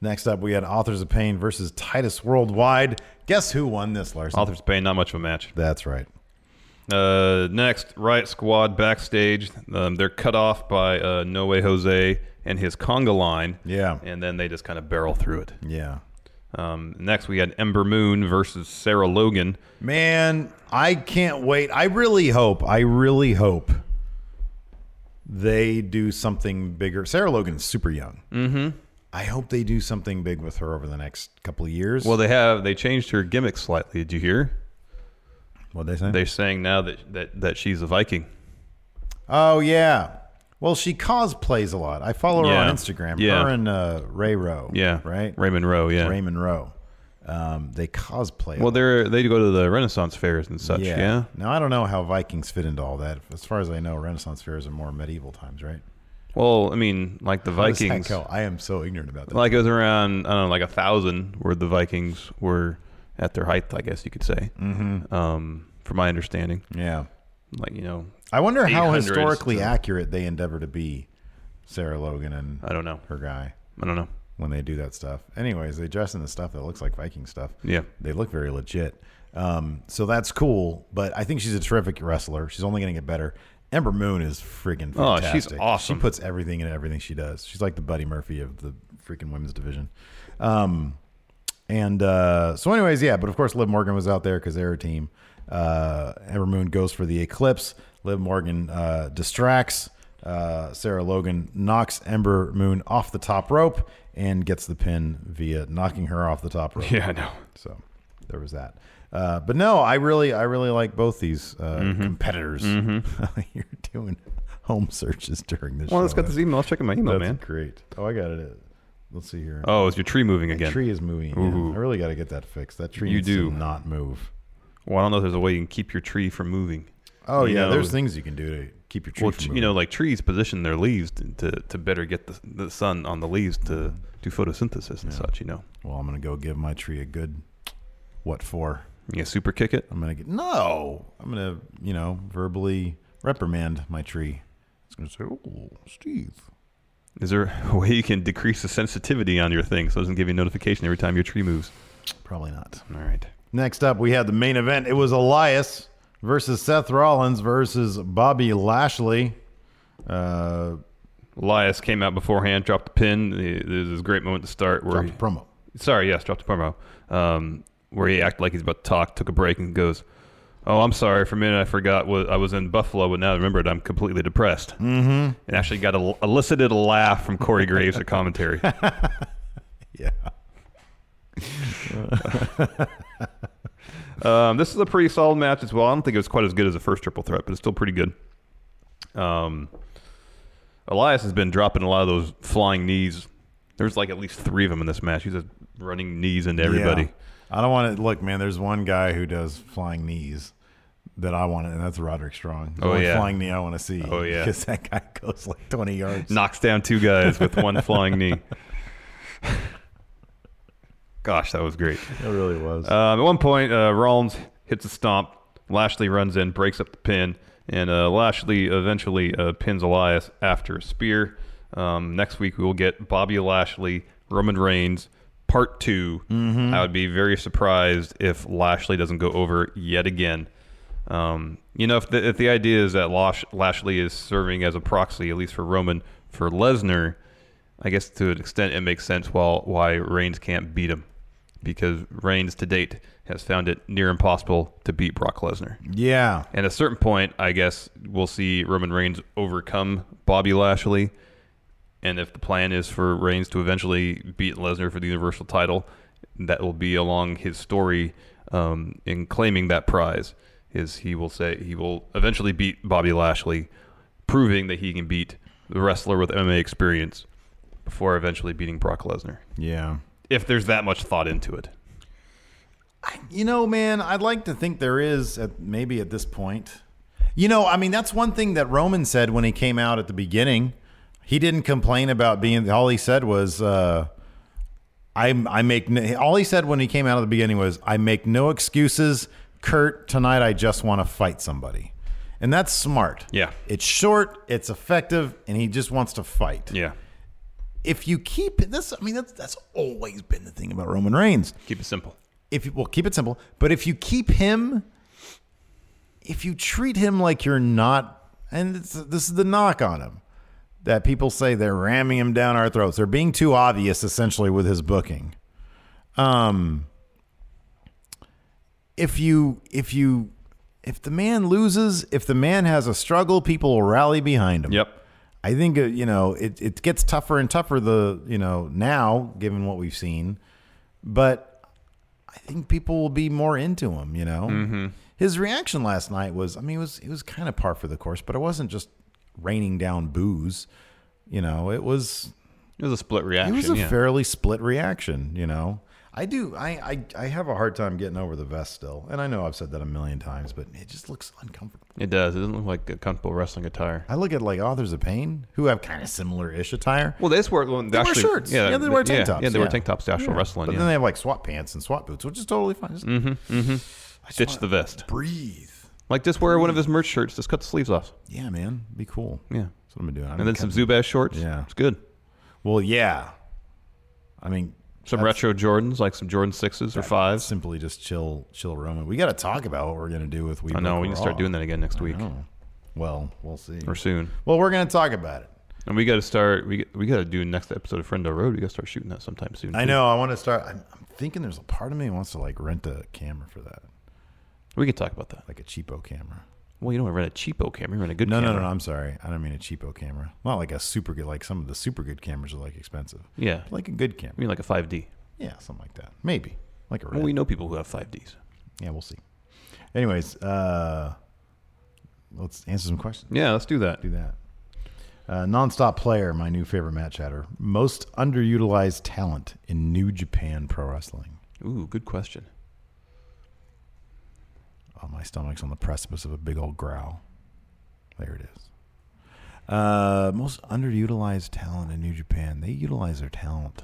[SPEAKER 7] Next up, we had Authors of Pain versus Titus Worldwide. Guess who won this, Larson?
[SPEAKER 6] Authors of Pain, not much of a match.
[SPEAKER 7] That's right.
[SPEAKER 6] Uh, next, Riot Squad backstage. Um, they're cut off by uh, No Way Jose and his conga line.
[SPEAKER 7] Yeah.
[SPEAKER 6] And then they just kind of barrel through it.
[SPEAKER 7] Yeah.
[SPEAKER 6] Um, next, we had Ember Moon versus Sarah Logan.
[SPEAKER 7] Man, I can't wait. I really hope, I really hope they do something bigger. Sarah Logan's super young. Mm-hmm. I hope they do something big with her over the next couple of years.
[SPEAKER 6] Well, they have they changed her gimmick slightly. Did you hear?
[SPEAKER 7] what they say?
[SPEAKER 6] They're saying now that that, that she's a Viking.
[SPEAKER 7] oh, yeah. Well, she cosplays a lot. I follow her
[SPEAKER 6] Yeah.
[SPEAKER 7] on Instagram.
[SPEAKER 6] Yeah.
[SPEAKER 7] Her and uh, Ray Rowe.
[SPEAKER 6] Yeah.
[SPEAKER 7] Right?
[SPEAKER 6] Raymond Rowe. Yeah.
[SPEAKER 7] Raymond Rowe. Um, they cosplay. a
[SPEAKER 6] Well,
[SPEAKER 7] lot.
[SPEAKER 6] they're they go to the Renaissance fairs and such. Yeah.
[SPEAKER 7] Now I don't know how Vikings fit into all that. As far as I know, Renaissance fairs are more medieval times, right?
[SPEAKER 6] Well, I mean, like the
[SPEAKER 7] How does that
[SPEAKER 6] Vikings.
[SPEAKER 7] go? I am so ignorant about that.
[SPEAKER 6] Like it was around I don't know, like a thousand where the Vikings were at their height. I guess you could say. Mm-hmm. Um, from my understanding,
[SPEAKER 7] yeah.
[SPEAKER 6] like you know,
[SPEAKER 7] I wonder how
[SPEAKER 6] 800s
[SPEAKER 7] historically
[SPEAKER 6] to-
[SPEAKER 7] accurate they endeavor to be, Sarah Logan and
[SPEAKER 6] I don't know.
[SPEAKER 7] her guy
[SPEAKER 6] I don't know.
[SPEAKER 7] when they do that stuff. Anyways, they dress in the stuff that looks like Viking stuff.
[SPEAKER 6] Yeah.
[SPEAKER 7] They look very legit. Um, so that's cool, but I think she's a terrific wrestler. She's only going to get better. Ember Moon is friggin'
[SPEAKER 6] Oh,
[SPEAKER 7] fantastic.
[SPEAKER 6] she's awesome.
[SPEAKER 7] She puts everything in everything she does. She's like the Buddy Murphy of the freaking women's division. Um, and uh, so, anyways, yeah, but of course, Liv Morgan was out there because they're a team. Uh, Ember Moon goes for the Eclipse. Liv Morgan uh, distracts. Uh, Sarah Logan knocks Ember Moon off the top rope and gets the pin via knocking her off the top rope.
[SPEAKER 6] Yeah, I know.
[SPEAKER 7] So there was that. Uh, but no, I really, I really like both these uh,
[SPEAKER 6] Mm-hmm.
[SPEAKER 7] competitors. You're doing home searches during this.
[SPEAKER 6] Well,
[SPEAKER 7] show.
[SPEAKER 6] let's get this email. Let's check in my email,
[SPEAKER 7] That's
[SPEAKER 6] man.
[SPEAKER 7] great. Oh, I got it. Let's see here.
[SPEAKER 6] Oh, is your tree moving again?
[SPEAKER 7] Tree is moving. Yeah,
[SPEAKER 6] Ooh.
[SPEAKER 7] I really got to get that fixed. That tree
[SPEAKER 6] You
[SPEAKER 7] needs
[SPEAKER 6] do.
[SPEAKER 7] to not move.
[SPEAKER 6] Well, I don't know if there's a way you can keep your tree from moving.
[SPEAKER 7] Oh
[SPEAKER 6] You
[SPEAKER 7] yeah,
[SPEAKER 6] know-
[SPEAKER 7] there's things you can do to keep your tree
[SPEAKER 6] well,
[SPEAKER 7] from
[SPEAKER 6] tr-
[SPEAKER 7] moving.
[SPEAKER 6] you know, like trees position their leaves to, to, to better get the, the sun on the leaves to do photosynthesis and such, you know.
[SPEAKER 7] well, I'm gonna go give my tree a good what for?
[SPEAKER 6] Yeah, super kick it.
[SPEAKER 7] I'm gonna get no. I'm gonna you know verbally reprimand my tree. It's gonna say, "Oh, Steve,
[SPEAKER 6] Is there a way you can decrease the sensitivity on your thing so it doesn't give you a notification every time your tree moves?
[SPEAKER 7] probably not."
[SPEAKER 6] All right.
[SPEAKER 7] Next up, we had the main event. It was Elias versus Seth Rollins versus Bobby Lashley. Uh,
[SPEAKER 6] Elias came out beforehand, dropped the pin. There's this great moment to start where
[SPEAKER 7] dropped a
[SPEAKER 6] he-
[SPEAKER 7] promo.
[SPEAKER 6] sorry, yes, dropped a promo, um, where he acted like he's about to talk, took a break, and goes, "Oh, I'm sorry. For a minute, I forgot what I was in Buffalo, but now I remembered. I'm completely depressed." Mm-hmm. And actually got a, elicited a laugh from Corey Graves at commentary.
[SPEAKER 7] Yeah.
[SPEAKER 6] um, this is a pretty solid match as well. I don't think it was quite as good as the first triple threat, but it's still pretty good. Um, Elias has been dropping a lot of those flying knees. There's like at least three of them in this match. He's just running knees into everybody.
[SPEAKER 7] Yeah. I don't want to look, man. There's one guy who does flying knees that I want, to, and that's Roderick Strong. The
[SPEAKER 6] Oh,
[SPEAKER 7] only
[SPEAKER 6] yeah.
[SPEAKER 7] flying knee I want to see.
[SPEAKER 6] Oh, yeah.
[SPEAKER 7] because that guy goes like 20 yards.
[SPEAKER 6] knocks down two guys with one flying knee. Gosh, that was great.
[SPEAKER 7] It really was.
[SPEAKER 6] uh, Um, at one point, uh, Rollins hits a stomp. Lashley runs in, breaks up the pin, And uh, Lashley eventually uh, pins Elias after a spear. Um, next week, we will get Bobby Lashley, Roman Reigns, part 2 I would be very surprised if Lashley doesn't go over yet again. Um, you know, if the, if the idea is that Lash, Lashley is serving as a proxy, at least for Roman, for Lesnar, I guess to an extent it makes sense while why Reigns can't beat him because Reigns to date has found it near impossible to beat Brock Lesnar.
[SPEAKER 7] Yeah.
[SPEAKER 6] And at a certain point, I guess we'll see Roman Reigns overcome Bobby Lashley. And if the plan is for Reigns to eventually beat Lesnar for the Universal title, that will be along his story um, in claiming that prize. Is he will say he will eventually beat Bobby Lashley, proving that he can beat the wrestler with MMA experience before eventually beating Brock Lesnar.
[SPEAKER 7] Yeah.
[SPEAKER 6] If there's that much thought into it,
[SPEAKER 7] You know, man, I'd like to think there is at maybe at this point. You know, I mean, that's one thing that Roman said when he came out at the beginning. He didn't complain about being. All he said was, uh, "I I make." No, all he said when he came out at the beginning was, "I make no excuses, Kurt. Tonight, I just want to fight somebody," and that's smart.
[SPEAKER 6] Yeah.
[SPEAKER 7] it's short, it's effective, and he just wants to fight.
[SPEAKER 6] yeah,
[SPEAKER 7] If you keep this, I mean, that's that's always been the thing about Roman Reigns
[SPEAKER 6] keep it simple.
[SPEAKER 7] if you well keep it simple but if you keep him if you treat him like you're not and it's, this is the knock on him that people say they're ramming him down our throats they're being too obvious essentially with his booking um if you if you if the man loses if the man has a struggle people will rally behind him
[SPEAKER 6] Yep.
[SPEAKER 7] I think uh, you know it, it gets tougher and tougher the you know now given what we've seen, but I think people will be more into him. You know, his reaction last night was I mean it was it was kind of par for the course, but it wasn't just raining down booze. You know, it was
[SPEAKER 6] It was a split reaction.
[SPEAKER 7] it was a
[SPEAKER 6] yeah.
[SPEAKER 7] fairly split reaction. You know, I do I, I I have a hard time getting over the vest still, and I know I've said that a million times, but it just looks uncomfortable.
[SPEAKER 6] It does. It doesn't look like a comfortable wrestling attire.
[SPEAKER 7] I look at like authors of pain who have kind of similar ish attire.
[SPEAKER 6] Well, they just wore well,
[SPEAKER 7] They wear shirts. Yeah, they wear tank
[SPEAKER 6] yeah,
[SPEAKER 7] tops.
[SPEAKER 6] Yeah, they wear tank tops to actual wrestling.
[SPEAKER 7] But
[SPEAKER 6] Yeah. Mm-hmm.
[SPEAKER 7] then they have like SWAT pants and SWAT boots, which is totally fine. Just
[SPEAKER 6] Ditch the vest.
[SPEAKER 7] breathe.
[SPEAKER 6] Like just wear one of his merch shirts. Just cut the sleeves off.
[SPEAKER 7] Yeah, man, be cool.
[SPEAKER 6] Yeah.
[SPEAKER 7] That's what I've been doing. I've
[SPEAKER 6] And
[SPEAKER 7] been
[SPEAKER 6] then some
[SPEAKER 7] cutting-
[SPEAKER 6] Zubaz shorts.
[SPEAKER 7] Yeah.
[SPEAKER 6] It's good.
[SPEAKER 7] Well, yeah. I mean,
[SPEAKER 6] Some
[SPEAKER 7] that's
[SPEAKER 6] retro Jordans, like some Jordan sixes or fives.
[SPEAKER 7] Simply just chill, chill, Roman. We got to talk about what we're gonna do with we.
[SPEAKER 6] I know
[SPEAKER 7] Book
[SPEAKER 6] we can
[SPEAKER 7] Raw.
[SPEAKER 6] start doing that again next week
[SPEAKER 7] Oh. Well, we'll see.
[SPEAKER 6] or soon.
[SPEAKER 7] Well, we're gonna talk about it.
[SPEAKER 6] And we got to start. We we got to do next episode of Friendo Road. We got to start shooting that sometime soon.
[SPEAKER 7] I
[SPEAKER 6] too.
[SPEAKER 7] know. I want to start. I'm, I'm thinking there's a part of me that wants to like rent a camera for that,
[SPEAKER 6] We can talk about that.
[SPEAKER 7] like a cheapo camera.
[SPEAKER 6] Well, you don't rent a cheapo camera. You rent a good
[SPEAKER 7] No,
[SPEAKER 6] camera.
[SPEAKER 7] no, no. I'm sorry. I don't mean a cheapo camera. Not like a super good. Like some of the super good cameras are like expensive.
[SPEAKER 6] Yeah. Like,
[SPEAKER 7] Like a good
[SPEAKER 6] I
[SPEAKER 7] camera.
[SPEAKER 6] mean, like a five D.
[SPEAKER 7] Yeah, something like that. Maybe like a red.
[SPEAKER 6] Well, we know people who have five Ds.
[SPEAKER 7] yeah, we'll see. Anyways, uh, let's answer some questions.
[SPEAKER 6] Yeah, let's do that.
[SPEAKER 7] Do that. Uh, nonstop player, my new favorite match chatter. Most underutilized talent in New Japan Pro Wrestling.
[SPEAKER 6] Ooh, good question.
[SPEAKER 7] Oh, my stomach's on the precipice of a big old growl. There it is. Uh, most underutilized talent in New Japan. They utilize their talent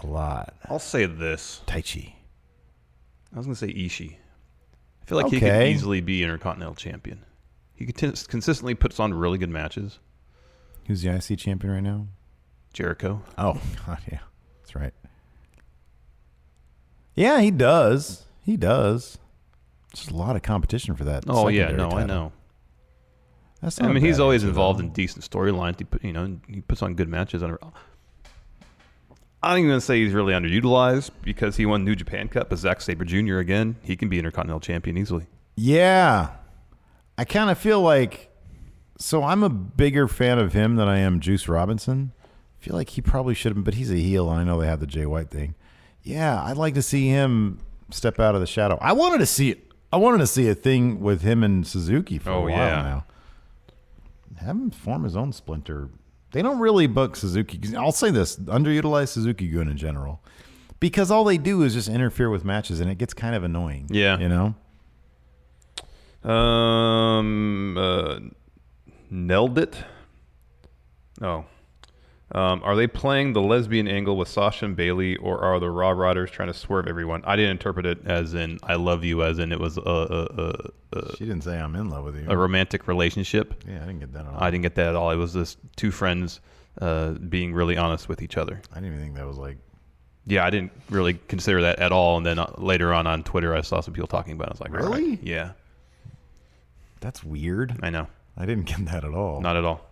[SPEAKER 7] a lot.
[SPEAKER 6] I'll say this.
[SPEAKER 7] Tai Chi.
[SPEAKER 6] I was going to say Ishii. I feel like he could
[SPEAKER 7] Okay.
[SPEAKER 6] easily be intercontinental champion. He conti- consistently puts on really good matches.
[SPEAKER 7] Who's the IC champion right now?
[SPEAKER 6] Jericho.
[SPEAKER 7] Oh, God, yeah. That's right. Yeah, he does. He does. There's a lot of competition for that.
[SPEAKER 6] Oh yeah,
[SPEAKER 7] secondary
[SPEAKER 6] no, I
[SPEAKER 7] title.
[SPEAKER 6] know.
[SPEAKER 7] That's
[SPEAKER 6] I
[SPEAKER 7] not a
[SPEAKER 6] mean, he's
[SPEAKER 7] bad
[SPEAKER 6] always
[SPEAKER 7] answer,
[SPEAKER 6] involved
[SPEAKER 7] though.
[SPEAKER 6] in decent storylines. He put, you know, and he puts on good matches. Under, I'm even gonna say he's really underutilized because he won New Japan Cup as Zack Saber Jr. again. He can be intercontinental champion easily.
[SPEAKER 7] Yeah. I kind of feel like so I'm a bigger fan of him than I am Juice Robinson. I feel like he probably should have but he's a heel and I know they have the Jay White thing. Yeah, I'd like to see him step out of the shadow. I wanted to see it. I wanted to see a thing with him and Suzuki for a
[SPEAKER 6] Oh,
[SPEAKER 7] while
[SPEAKER 6] yeah.
[SPEAKER 7] now. Have him form his own splinter. They don't really book Suzuki. I'll say this underutilized Suzuki Gun in general because all they do is just interfere with matches and it gets kind of annoying.
[SPEAKER 6] Yeah.
[SPEAKER 7] You know?
[SPEAKER 6] Um, uh, nailed it. Oh, Um, are they playing the lesbian angle with Sasha and Bailey, or are the Raw Riders trying to swerve everyone? I didn't interpret it as in "I love you," as in it was a a, a, a,
[SPEAKER 7] She didn't say I'm in love with you.
[SPEAKER 6] a romantic relationship.
[SPEAKER 7] yeah, I didn't get that. At all.
[SPEAKER 6] Uh, I didn't get that at all. It was just two friends uh, being really honest with each other.
[SPEAKER 7] I didn't even think that was like.
[SPEAKER 6] Yeah, I didn't really consider that at all. And then uh, later on on Twitter, I saw some people talking about. it. I was like, all
[SPEAKER 7] Really?
[SPEAKER 6] right. Yeah,
[SPEAKER 7] That's weird.
[SPEAKER 6] I know.
[SPEAKER 7] I didn't get that at all.
[SPEAKER 6] Not at all.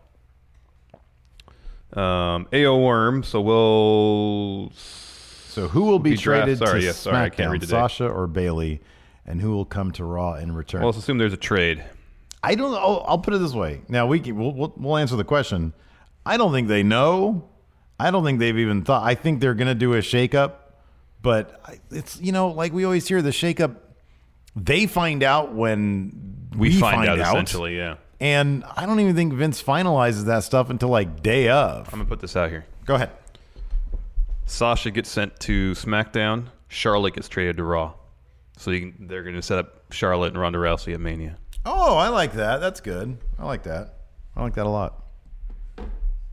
[SPEAKER 6] Um, AO Worm. So we'll.
[SPEAKER 7] so who will be,
[SPEAKER 6] Be draft-
[SPEAKER 7] traded
[SPEAKER 6] sorry,
[SPEAKER 7] to
[SPEAKER 6] yeah, sorry, I can't
[SPEAKER 7] SmackDown,
[SPEAKER 6] read today.
[SPEAKER 7] Sasha or Bailey, and who will come to Raw in return?
[SPEAKER 6] Well, let's assume there's a trade.
[SPEAKER 7] I don't know. I'll, I'll put it this way. Now we can, we'll, we'll we'll answer the question. I don't think they know. I don't think they've even thought. I think they're gonna do a shakeup, but I- it's you know like we always hear the shakeup. They find out when we,
[SPEAKER 6] essentially. Yeah,
[SPEAKER 7] and I don't even think Vince finalizes that stuff until like day of.
[SPEAKER 6] I'm gonna put this out here.
[SPEAKER 7] Go ahead.
[SPEAKER 6] Sasha gets sent to SmackDown. Charlotte gets traded to Raw. So you can, they're gonna set up Charlotte and Ronda Rousey at Mania.
[SPEAKER 7] Oh, I like that. That's good. I like that. I like that a lot.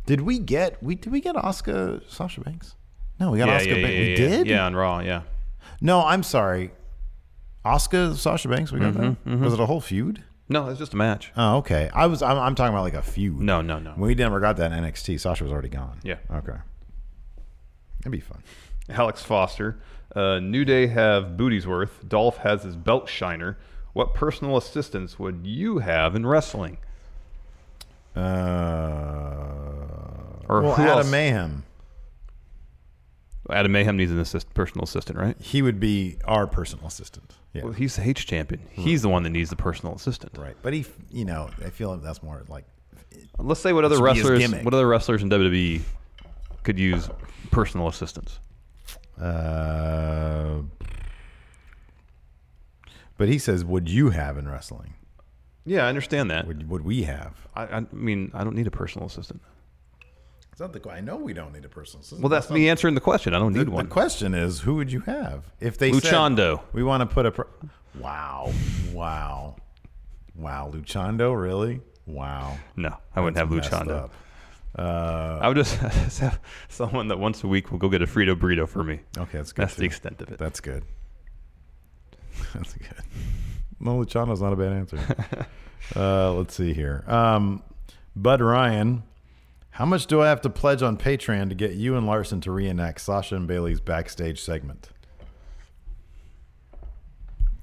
[SPEAKER 7] Did we get we did we get Oscar Sasha Banks? No, we got Oscar Banks. we
[SPEAKER 6] yeah,
[SPEAKER 7] did.
[SPEAKER 6] Yeah, on Raw. Yeah,
[SPEAKER 7] No, I'm sorry. Oscar Sasha Banks. We got
[SPEAKER 6] Mm-hmm,
[SPEAKER 7] that. Was it a whole feud?
[SPEAKER 6] no, it's just a match.
[SPEAKER 7] Oh, okay. I was. I'm, I'm talking about like a feud.
[SPEAKER 6] No, no, no.
[SPEAKER 7] We never got that in NXT. Sasha was already gone.
[SPEAKER 6] Yeah.
[SPEAKER 7] Okay. That'd be fun.
[SPEAKER 6] Alex Foster. Uh, New Day have booties worth. Dolph has his belt shiner. What personal assistance would you have in wrestling?
[SPEAKER 7] Uh,
[SPEAKER 6] Or
[SPEAKER 7] well,
[SPEAKER 6] who
[SPEAKER 7] Adam
[SPEAKER 6] else?
[SPEAKER 7] Mayhem.
[SPEAKER 6] Adam Mayhem needs an assist, personal assistant, right?
[SPEAKER 7] He would be our personal assistant. Yeah.
[SPEAKER 6] Well, he's the H champion. He's the one that needs the personal assistant.
[SPEAKER 7] right. But he, you know, I feel like that's more like
[SPEAKER 6] Let's say what other
[SPEAKER 7] Let's be his
[SPEAKER 6] wrestlers,
[SPEAKER 7] gimmick.
[SPEAKER 6] what other wrestlers in WWE could use personal assistance.
[SPEAKER 7] Uh, but he says, "Would you have in wrestling?
[SPEAKER 6] Yeah, I understand that.
[SPEAKER 7] Would would we have?"
[SPEAKER 6] I, I mean, I don't need a personal assistant.
[SPEAKER 7] It's not the. que- I know we don't need a personal assistant.
[SPEAKER 6] Well, that's me answering the question. I don't
[SPEAKER 7] The,
[SPEAKER 6] need
[SPEAKER 7] the
[SPEAKER 6] one.
[SPEAKER 7] question is, who would you have if they
[SPEAKER 6] Luchando.
[SPEAKER 7] Said, we want to put a. Pro- wow! Wow! Wow! Luchando, really? Wow!
[SPEAKER 6] no, I wouldn't have
[SPEAKER 7] That's messed
[SPEAKER 6] Luchando.
[SPEAKER 7] up. Uh,
[SPEAKER 6] I would just, just have someone that once a week will go get a Frito burrito for me.
[SPEAKER 7] okay, that's good.
[SPEAKER 6] That's the
[SPEAKER 7] too.
[SPEAKER 6] extent of it.
[SPEAKER 7] That's good. That's good. No, Luchando's not a bad answer. uh, let's see here. Um, Bud Ryan, how much do I have to pledge on Patreon to get you and Larson to reenact Sasha and Bailey's backstage segment?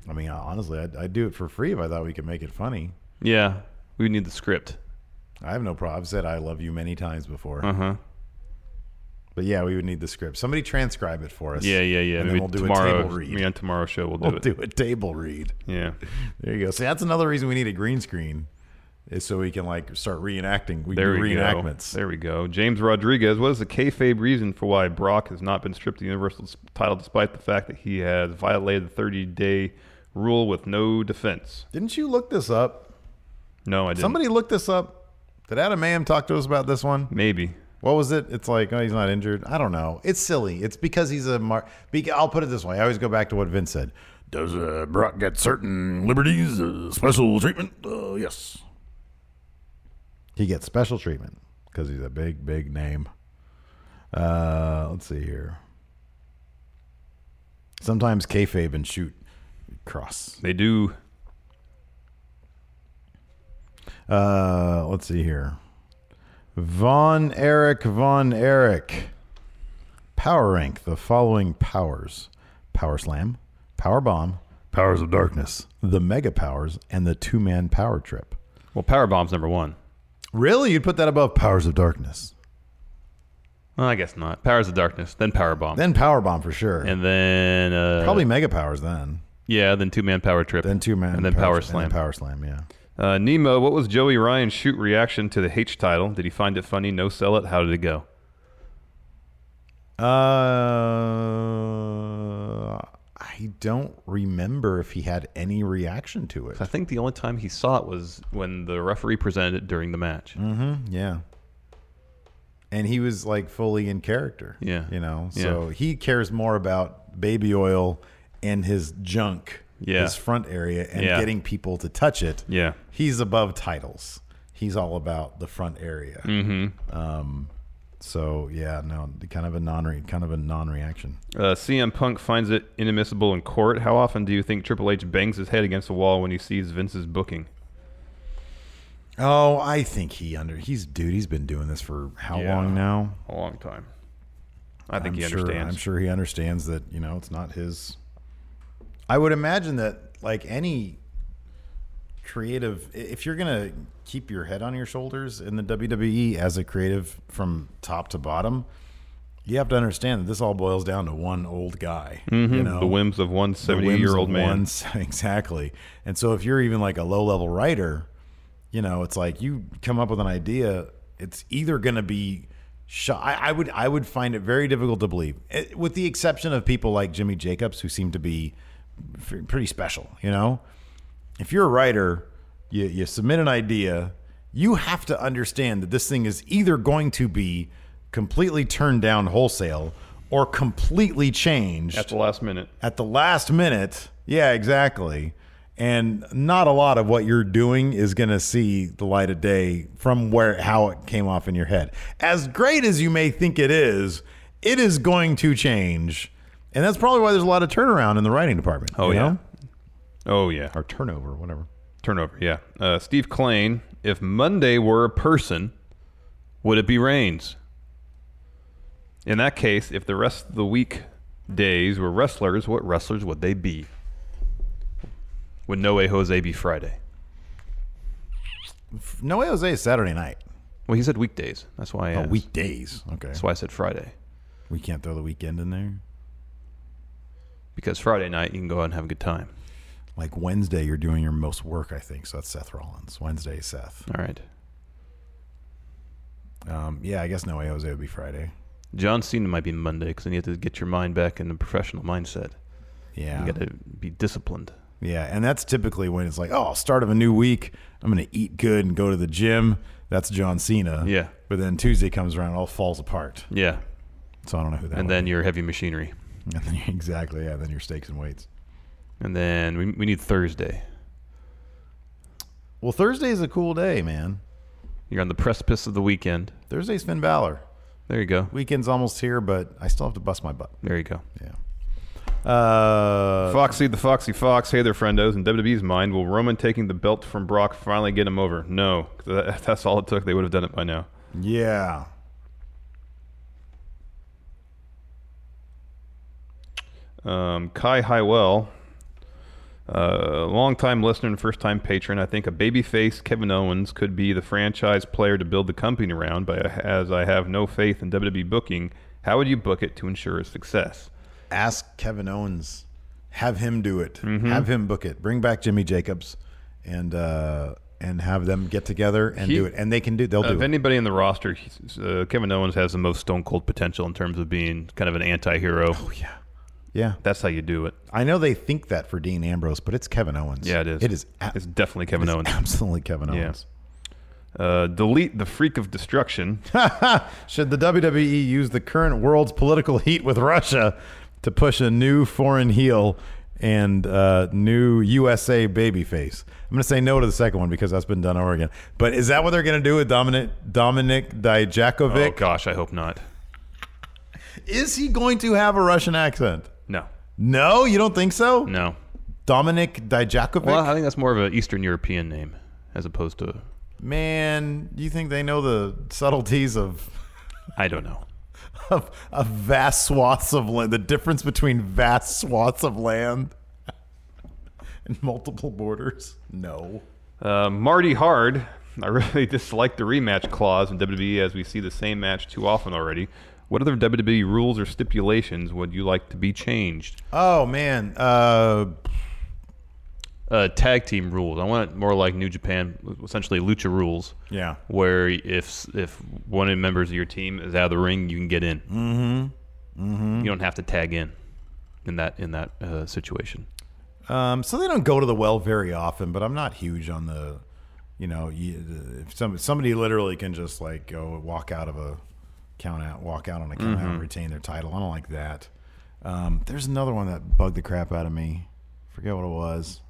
[SPEAKER 7] I mean, honestly, I'd, I'd do it for free if I thought we could make it funny.
[SPEAKER 6] Yeah, we need the script.
[SPEAKER 7] I have no problem. I've said I love you many times before. Uh
[SPEAKER 6] Uh-huh.
[SPEAKER 7] huh. But yeah, we would need the script. Somebody transcribe it for us.
[SPEAKER 6] Yeah, yeah, yeah.
[SPEAKER 7] And then
[SPEAKER 6] Maybe
[SPEAKER 7] we'll do
[SPEAKER 6] tomorrow,
[SPEAKER 7] a table read.
[SPEAKER 6] Me on tomorrow's show, we'll do
[SPEAKER 7] we'll
[SPEAKER 6] it.
[SPEAKER 7] do a table read.
[SPEAKER 6] Yeah.
[SPEAKER 7] There you go. See, that's another reason we need a green screen, is so we can like start reenacting. We
[SPEAKER 6] There
[SPEAKER 7] do
[SPEAKER 6] we
[SPEAKER 7] reenactments.
[SPEAKER 6] go. There we go. James Rodriguez. What is the kayfabe reason for why Brock has not been stripped of the Universal s- title, despite the fact that he has violated the 30-day rule with no defense?
[SPEAKER 7] Didn't you look this up?
[SPEAKER 6] No, I didn't.
[SPEAKER 7] Somebody looked this up. Did Adam Mayhem talk to us about this one?
[SPEAKER 6] maybe.
[SPEAKER 7] What was it? It's like, oh, he's not injured. I don't know. It's silly. It's because he's a mar. Be- I'll put it this way. I always go back to what Vince said. Does uh, Brock get certain liberties, uh, special treatment? Uh, yes. He gets special treatment because he's a big, big name. Uh, let's see here. Sometimes kayfabe and shoot cross.
[SPEAKER 6] They do.
[SPEAKER 7] Uh, let's see here. Von Eric Von Eric. Power rank the following powers: Power Slam, Power Bomb, Powers of Darkness, the Mega Powers, and the Two Man Power Trip.
[SPEAKER 6] Well, power bomb's number one.
[SPEAKER 7] Really, you'd put that above Powers of Darkness,
[SPEAKER 6] Well, I guess not. Powers of Darkness, then Power Bomb,
[SPEAKER 7] then Power Bomb for sure,
[SPEAKER 6] and then uh,
[SPEAKER 7] probably Mega Powers then,
[SPEAKER 6] yeah, then Two Man Power Trip,
[SPEAKER 7] then Two Man,
[SPEAKER 6] and then Power Slam.
[SPEAKER 7] Power Slam, yeah.
[SPEAKER 6] Uh, Nemo, what was Joey Ryan's shoot reaction to the H title? Did he find it funny? No sell it? How did it go?
[SPEAKER 7] Uh, I don't remember if he had any reaction to it.
[SPEAKER 6] I think the only time he saw it was when the referee presented it during the match.
[SPEAKER 7] Mm. Yeah. And he was like fully in character.
[SPEAKER 6] Yeah.
[SPEAKER 7] You know,
[SPEAKER 6] Yeah.
[SPEAKER 7] so he cares more about baby oil and his junk,
[SPEAKER 6] Yeah.
[SPEAKER 7] his front area, and
[SPEAKER 6] Yeah.
[SPEAKER 7] getting people to touch it.
[SPEAKER 6] Yeah.
[SPEAKER 7] He's above titles. He's all about the front area. Mm-hmm. Um, So yeah, no, kind of a non kind of a non-reaction.
[SPEAKER 6] Uh, CM Punk finds it inadmissible in court. How often do you think Triple H bangs his head against the wall when he sees Vince's booking?
[SPEAKER 7] Oh, I think he under he's dude. He's been doing this for how
[SPEAKER 6] Yeah.
[SPEAKER 7] long now?
[SPEAKER 6] A long time. I think
[SPEAKER 7] I'm
[SPEAKER 6] he
[SPEAKER 7] sure,
[SPEAKER 6] understands.
[SPEAKER 7] I'm sure he understands that you know it's not his. I would imagine that like any creative, i- if you're gonna keep your head on your shoulders in the WWE as a creative from top to bottom, you have to understand that this all boils down to one old guy. You know,
[SPEAKER 6] Mm-hmm. the whims of one
[SPEAKER 7] the whims
[SPEAKER 6] 70 year old
[SPEAKER 7] of
[SPEAKER 6] man.
[SPEAKER 7] one s- exactly. And so if you're even like a low level writer, you know, it's like you come up with an idea, it's either going to be shot. I, I would I would find it very difficult to believe, it, with the exception of people like Jimmy Jacobs, who seem to be f- pretty special. You know, if you're a writer, you, you submit an idea, you have to understand that this thing is either going to be completely turned down wholesale or completely changed
[SPEAKER 6] At the last minute.
[SPEAKER 7] at the last minute. Yeah, exactly. And not a lot of what you're doing is going to see the light of day from where how it came off in your head. As great as you may think it is, it is going to change. And that's probably why there's a lot of turnaround in the writing department.
[SPEAKER 6] Oh,
[SPEAKER 7] you
[SPEAKER 6] yeah.
[SPEAKER 7] know?
[SPEAKER 6] Oh, yeah.
[SPEAKER 7] Or turnover, whatever.
[SPEAKER 6] Turnover, yeah. Uh, Steve Klein, if Monday were a person, would it be Reigns? In that case, if the rest of the week days were wrestlers, what wrestlers would they be? Would No Way Jose be Friday?
[SPEAKER 7] No way Jose is Saturday night.
[SPEAKER 6] Well, he said weekdays. That's why I
[SPEAKER 7] Oh,
[SPEAKER 6] asked.
[SPEAKER 7] weekdays. Okay.
[SPEAKER 6] That's why I said Friday.
[SPEAKER 7] We can't throw the weekend in there.
[SPEAKER 6] Because Friday night, you can go out and have a good time.
[SPEAKER 7] Like Wednesday, you're doing your most work, I think. So that's Seth Rollins. Wednesday, Seth.
[SPEAKER 6] All right.
[SPEAKER 7] Um, yeah, I guess No Way Jose would be Friday.
[SPEAKER 6] John Cena might be Monday because then you have to get your mind back in the professional mindset.
[SPEAKER 7] Yeah.
[SPEAKER 6] You got to be disciplined.
[SPEAKER 7] Yeah, and that's typically when it's like, oh, start of a new week, I'm going to eat good and go to the gym. That's John Cena.
[SPEAKER 6] Yeah.
[SPEAKER 7] But then Tuesday comes around, it all falls apart.
[SPEAKER 6] Yeah.
[SPEAKER 7] So I don't know who that.
[SPEAKER 6] And
[SPEAKER 7] would
[SPEAKER 6] then
[SPEAKER 7] be.
[SPEAKER 6] your heavy machinery.
[SPEAKER 7] and then exactly, yeah. Then your stakes and weights.
[SPEAKER 6] And then we, we need Thursday.
[SPEAKER 7] Well, Thursday's a cool day, man.
[SPEAKER 6] You're on the precipice of the weekend.
[SPEAKER 7] Thursday's Finn Balor.
[SPEAKER 6] There you go.
[SPEAKER 7] Weekend's almost here, but I still have to bust my butt.
[SPEAKER 6] There you go.
[SPEAKER 7] Yeah. Uh,
[SPEAKER 6] Foxy the Foxy Fox. Hey there, friendos. In WWE's mind, will Roman taking the belt from Brock finally get him over? No. 'Cause that- That's all it took. They would have done it by now.
[SPEAKER 7] yeah.
[SPEAKER 6] Um, Kai Highwell, uh, longtime listener and first time patron. I think a babyface Kevin Owens could be the franchise player to build the company around, but as I have no faith in WWE booking, how would you book it to ensure its success?
[SPEAKER 7] ask Kevin Owens, have him do it,
[SPEAKER 6] Mm-hmm.
[SPEAKER 7] have him book it, bring back Jimmy Jacobs, and uh, and have them get together and
[SPEAKER 6] He-
[SPEAKER 7] do it, and they can do. They'll
[SPEAKER 6] Of
[SPEAKER 7] do it.
[SPEAKER 6] anybody in the roster, he's- uh, Kevin Owens has the most stone cold potential in terms of being kind of an anti hero.
[SPEAKER 7] Oh, Yeah,
[SPEAKER 6] That's how you do it.
[SPEAKER 7] I know they think that for Dean Ambrose, but it's Kevin Owens.
[SPEAKER 6] Yeah, it is.
[SPEAKER 7] It is. a-
[SPEAKER 6] it's definitely Kevin
[SPEAKER 7] it's
[SPEAKER 6] Owens.
[SPEAKER 7] Absolutely, Kevin
[SPEAKER 6] Yeah.
[SPEAKER 7] Owens.
[SPEAKER 6] Uh, delete the freak of destruction. Oh,
[SPEAKER 7] Should the WWE use the current world's political heat with Russia to push a new foreign heel and uh, new USA babyface? I'm going to say no to the second one because that's been done over again. But is that what they're going to do with Dominic Dominic
[SPEAKER 6] oh
[SPEAKER 7] Dijakovic?
[SPEAKER 6] gosh, I hope not.
[SPEAKER 7] is he going to have a Russian accent?
[SPEAKER 6] No,
[SPEAKER 7] No, you don't think so?
[SPEAKER 6] no.
[SPEAKER 7] Dominic Dijakovic?
[SPEAKER 6] Well, I think that's more of an Eastern European name as opposed to
[SPEAKER 7] Man, do you think they know the subtleties of
[SPEAKER 6] I don't know.
[SPEAKER 7] of, of vast swaths of land, the difference between vast swaths of land and multiple borders? No.
[SPEAKER 6] Uh, Marty Hard. I really dislike the rematch clause in WWE as we see the same match too often already. What other WWE rules or stipulations would you like to be changed?
[SPEAKER 7] Oh, man. Uh,
[SPEAKER 6] Uh, tag team rules. I want it more like New Japan, essentially lucha rules.
[SPEAKER 7] yeah.
[SPEAKER 6] where if if one of the members of your team is out of the ring, you can get in. Mm-hmm. Mm-hmm. You don't have to tag in in that in that uh, situation.
[SPEAKER 7] Um, so they don't go to the well very often, but I'm not huge on the, you know, you, the- if some, somebody literally can just like go walk out of a count out, walk out on a count
[SPEAKER 6] Mm-hmm.
[SPEAKER 7] out and retain their title. I don't like that. Um, there's another one that bugged the crap out of me. Forget what it was.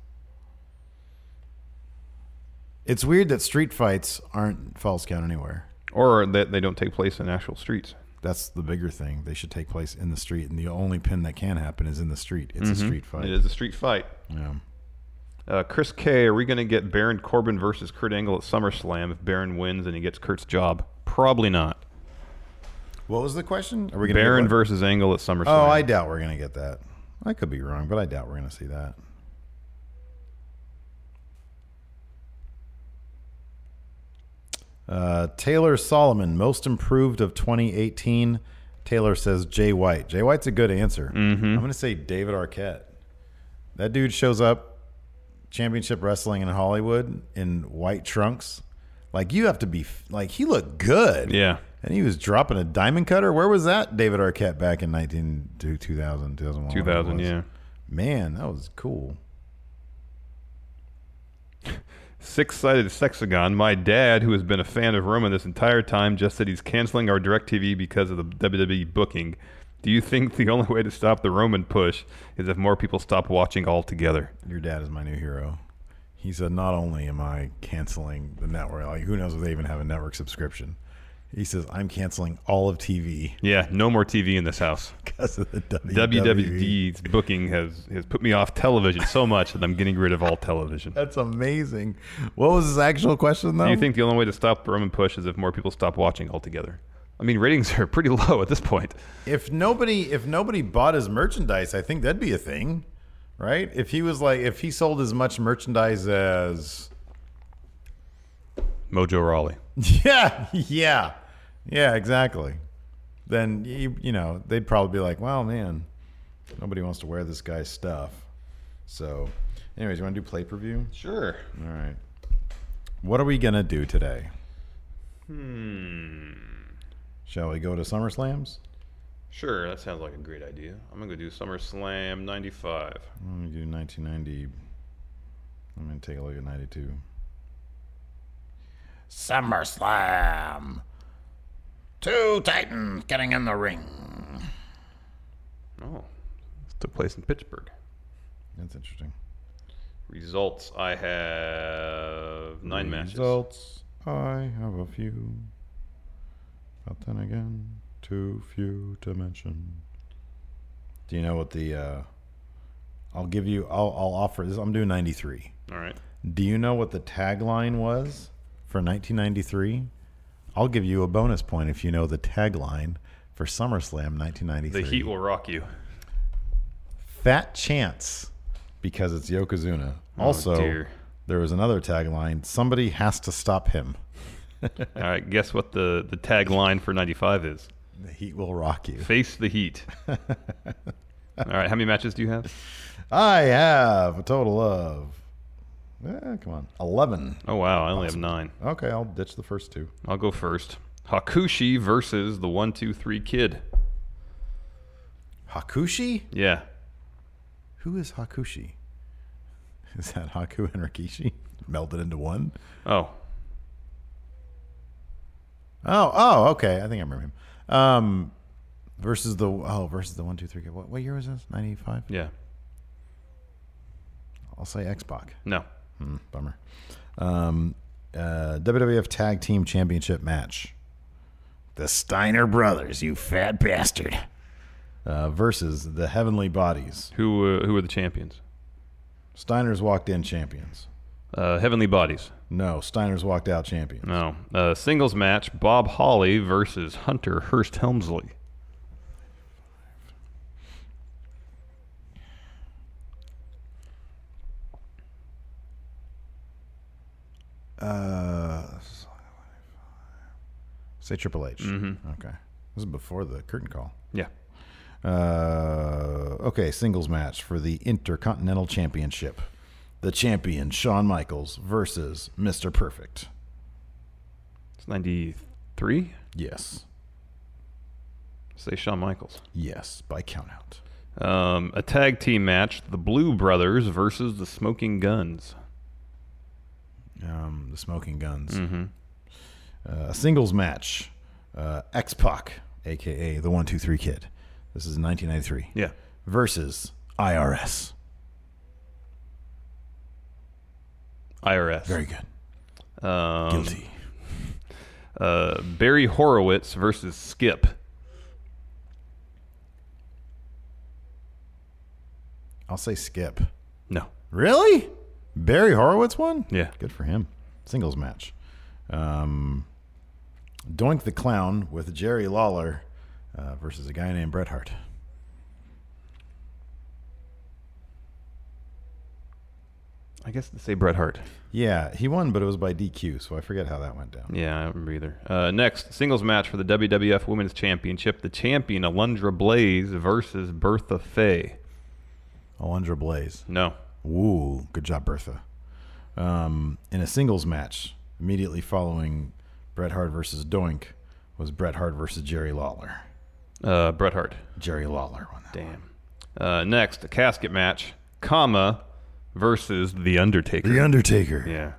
[SPEAKER 7] It's weird that street fights aren't false count anywhere.
[SPEAKER 6] or that they don't take place in actual streets.
[SPEAKER 7] That's the bigger thing. They should take place in the street, and the only pin that can happen is in the street. It's a street fight.
[SPEAKER 6] Mm-hmm. It is a street fight.
[SPEAKER 7] Yeah.
[SPEAKER 6] Uh, Chris K, are we going to get Baron Corbin versus Kurt Angle at SummerSlam if Baron wins and he gets Kurt's job? Probably not.
[SPEAKER 7] What was the question? Are we gonna get
[SPEAKER 6] Baron
[SPEAKER 7] what?
[SPEAKER 6] versus Angle at SummerSlam.
[SPEAKER 7] Oh, I doubt we're gonna get that. I could be wrong, but I doubt we're gonna see that. Uh, Taylor Solomon, most improved of 2018. Taylor says Jay White. Jay White's a good answer. I'm gonna say David Arquette. That dude shows up championship wrestling in Hollywood in white trunks. Like you have to be like he looked good.
[SPEAKER 6] Yeah.
[SPEAKER 7] And he was dropping a diamond cutter. Where was that David Arquette back in 19 to 2000, 2001? whatever it
[SPEAKER 6] 2000,
[SPEAKER 7] was?
[SPEAKER 6] yeah.
[SPEAKER 7] Man, that was cool.
[SPEAKER 6] Six sided sexagon. My dad, who has been a fan of Roman this entire time, just said he's canceling our DirecTV because of the WWE booking. Do you think the only way to stop the Roman push is if more people stop watching altogether?
[SPEAKER 7] Your dad is my new hero. He said, not only am I canceling the network, like who knows if they even have a network subscription. He says, I'm canceling all of TV
[SPEAKER 6] Yeah, no more TV in this house.
[SPEAKER 7] because of the E." WWE.
[SPEAKER 6] WWD's booking has, has put me off television so much that I'm getting rid of all television.
[SPEAKER 7] That's amazing. What was his actual question, though?
[SPEAKER 6] Do you think the only way to stop the Roman push is if more people stop watching altogether? I mean, ratings are pretty low at this point.
[SPEAKER 7] if nobody if nobody bought his merchandise, I think that'd be a thing, right? If he was like if he sold as much merchandise as
[SPEAKER 6] Mojo Raleigh.
[SPEAKER 7] yeah, yeah, yeah, exactly, then you you know they'd probably be like, well, man, nobody wants to wear this guy's stuff. So, anyways, you want to do play per view?
[SPEAKER 6] Sure.
[SPEAKER 7] All right. What are we gonna do today? Shall we go to SummerSlams?
[SPEAKER 6] Sure, that sounds like a great idea. I'm gonna go do SummerSlam '95.
[SPEAKER 7] Let me do 1990. I'm going to take a look at 92. SummerSlam. Two Titans getting in the ring.
[SPEAKER 6] Oh, this took place in Pittsburgh.
[SPEAKER 7] That's interesting.
[SPEAKER 6] Results: I have nine matches.
[SPEAKER 7] Results. I have a few. But then again, too few to mention. Do you know what the. Uh, I'll give you. I'll, I'll offer this. I'm doing 93.
[SPEAKER 6] All right.
[SPEAKER 7] Do you know what the tagline was for 1993? I'll give you a bonus point if you know the tagline for SummerSlam 1993.
[SPEAKER 6] The Heat will rock you.
[SPEAKER 7] Fat chance because it's Yokozuna. also,
[SPEAKER 6] Oh, dear.
[SPEAKER 7] there was another tagline somebody has to stop him.
[SPEAKER 6] All right. Guess what the the tagline for '95 is?
[SPEAKER 7] The heat will rock you.
[SPEAKER 6] Face the Heat. All right. How many matches do you have?
[SPEAKER 7] I have a total of. eh, come on. 11.
[SPEAKER 6] Oh wow, I only have nine.
[SPEAKER 7] Okay, I'll ditch the first two.
[SPEAKER 6] I'll go first. Hakushi versus the One Two Three Kid.
[SPEAKER 7] Hakushi?
[SPEAKER 6] Yeah.
[SPEAKER 7] Who is Hakushi? Is that Haku and Rikishi melded into one?
[SPEAKER 6] Oh,
[SPEAKER 7] Oh, oh, okay. I think I remember him. Um, versus the oh, versus the one, two, three. What what year was this? Ninety five.
[SPEAKER 6] yeah.
[SPEAKER 7] I'll say Xbox.
[SPEAKER 6] No.
[SPEAKER 7] Hmm, bummer. Um, uh, WWF Tag Team Championship match. The Steiner Brothers, you fat bastard. Uh, versus the Heavenly Bodies.
[SPEAKER 6] Who uh, who are the champions?
[SPEAKER 7] Steiner's walked in champions.
[SPEAKER 6] Uh, Heavenly Bodies.
[SPEAKER 7] No, Steiner's walked out champions.
[SPEAKER 6] No. Uh, singles match Bob Holly versus Hunter Hurst Helmsley.
[SPEAKER 7] Uh, say Triple H.
[SPEAKER 6] Mm-hmm.
[SPEAKER 7] Okay. This is before the curtain call.
[SPEAKER 6] Yeah.
[SPEAKER 7] Uh, okay, singles match for the Intercontinental Championship. The champion, Shawn Michaels, versus Mr. Perfect.
[SPEAKER 6] It's 93.
[SPEAKER 7] Yes.
[SPEAKER 6] Say Shawn Michaels.
[SPEAKER 7] Yes, by countout.
[SPEAKER 6] Um, a tag team match The Blue Brothers versus the Smoking Guns.
[SPEAKER 7] Um, the Smoking Guns.
[SPEAKER 6] Mm-hmm.
[SPEAKER 7] Uh, singles match. Uh, X Pac, a.k.a. the 123 Kid. This is 1993.
[SPEAKER 6] Yeah.
[SPEAKER 7] Versus IRS.
[SPEAKER 6] IRS.
[SPEAKER 7] Very good.
[SPEAKER 6] Um,
[SPEAKER 7] Guilty.
[SPEAKER 6] uh, Barry Horowitz versus Skip.
[SPEAKER 7] I'll say skip.
[SPEAKER 6] No.
[SPEAKER 7] Really? Barry Horowitz won?
[SPEAKER 6] Yeah.
[SPEAKER 7] Good for him. Singles match. Um, Doink the Clown with Jerry Lawler uh, versus a guy named Bret Hart.
[SPEAKER 6] I guess to say Bret Hart.
[SPEAKER 7] Yeah, he won, but it was by DQ, so I forget how that went down.
[SPEAKER 6] Yeah, I don't remember either. Uh, next, singles match for the WWF Women's Championship. The champion, Alundra Blaze versus Bertha Faye.
[SPEAKER 7] Alundra Blaze.
[SPEAKER 6] No.
[SPEAKER 7] Woo, good job, Bertha. Um, in a singles match, immediately following Bret Hart versus Doink, was Bret Hart versus Jerry Lawler.
[SPEAKER 6] Uh, Bret Hart.
[SPEAKER 7] Jerry Lawler won that.
[SPEAKER 6] Damn. Uh, next, a casket match, comma, versus The Undertaker.
[SPEAKER 7] The Undertaker.
[SPEAKER 6] yeah.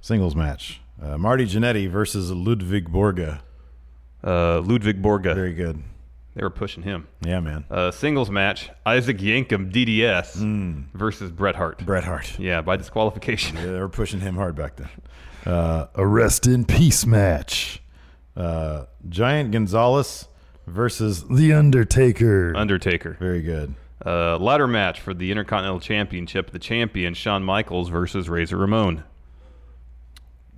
[SPEAKER 7] Singles match. Uh, Marty Jannetty versus Ludwig Borga.
[SPEAKER 6] Uh, Ludwig Borga.
[SPEAKER 7] Very good.
[SPEAKER 6] They were pushing him.
[SPEAKER 7] Yeah, man.
[SPEAKER 6] Uh, singles match, Isaac Yankum, DDS, versus Hmm. Bret Hart.
[SPEAKER 7] Bret Hart.
[SPEAKER 6] Yeah, by disqualification.
[SPEAKER 7] Yeah, they were pushing him hard back then. Uh, a rest in peace match. Uh, Giant Gonzalez versus The Undertaker.
[SPEAKER 6] Undertaker.
[SPEAKER 7] Very good.
[SPEAKER 6] Uh, ladder match for the Intercontinental Championship. The champion Shawn Michaels versus Razor Ramon.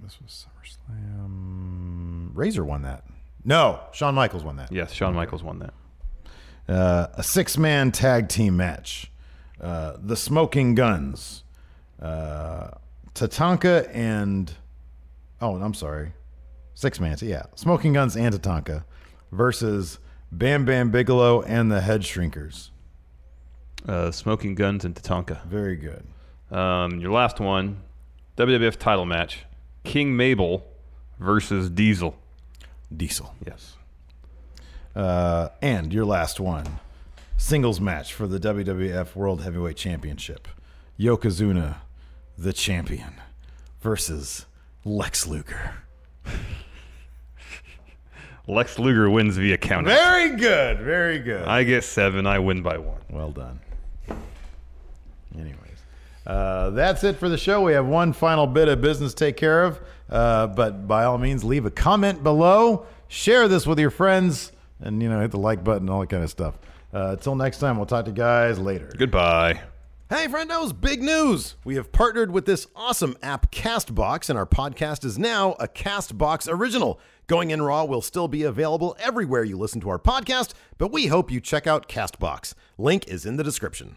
[SPEAKER 7] This was SummerSlam. Razor won that. No, Shawn Michaels won that.
[SPEAKER 6] Yes, Shawn Michaels won that.
[SPEAKER 7] Uh, a six man tag team match. Uh, the Smoking Guns. Uh, Tatanka and. Oh, I'm sorry. Six man. Yeah. Smoking Guns and Tatanka versus Bam Bam Bigelow and the Head Shrinkers.
[SPEAKER 6] Uh, Smoking Guns and Tatanka.
[SPEAKER 7] Very good.
[SPEAKER 6] Um, your last one, WWF title match, King Mabel versus Diesel.
[SPEAKER 7] Diesel.
[SPEAKER 6] Yes.
[SPEAKER 7] Uh, and your last one singles match for the WWF World Heavyweight Championship. Yokozuna, the champion, versus Lex Luger.
[SPEAKER 6] Lex Luger wins via count. out.
[SPEAKER 7] Very good. Very good.
[SPEAKER 6] I get seven. I win by one.
[SPEAKER 7] Well done. Anyways, uh, that's it for the show. We have one final bit of business to take care of, uh, but by all means, leave a comment below, share this with your friends, and you know, hit the like button, all that kind of stuff. Uh, till next time, we'll talk to you guys later.
[SPEAKER 6] Goodbye.
[SPEAKER 1] Hey, friendos, big news! We have partnered with this awesome app, Castbox, and our podcast is now a Castbox original. Going in Raw will still be available everywhere you listen to our podcast, but we hope you check out Castbox. Link is in the description.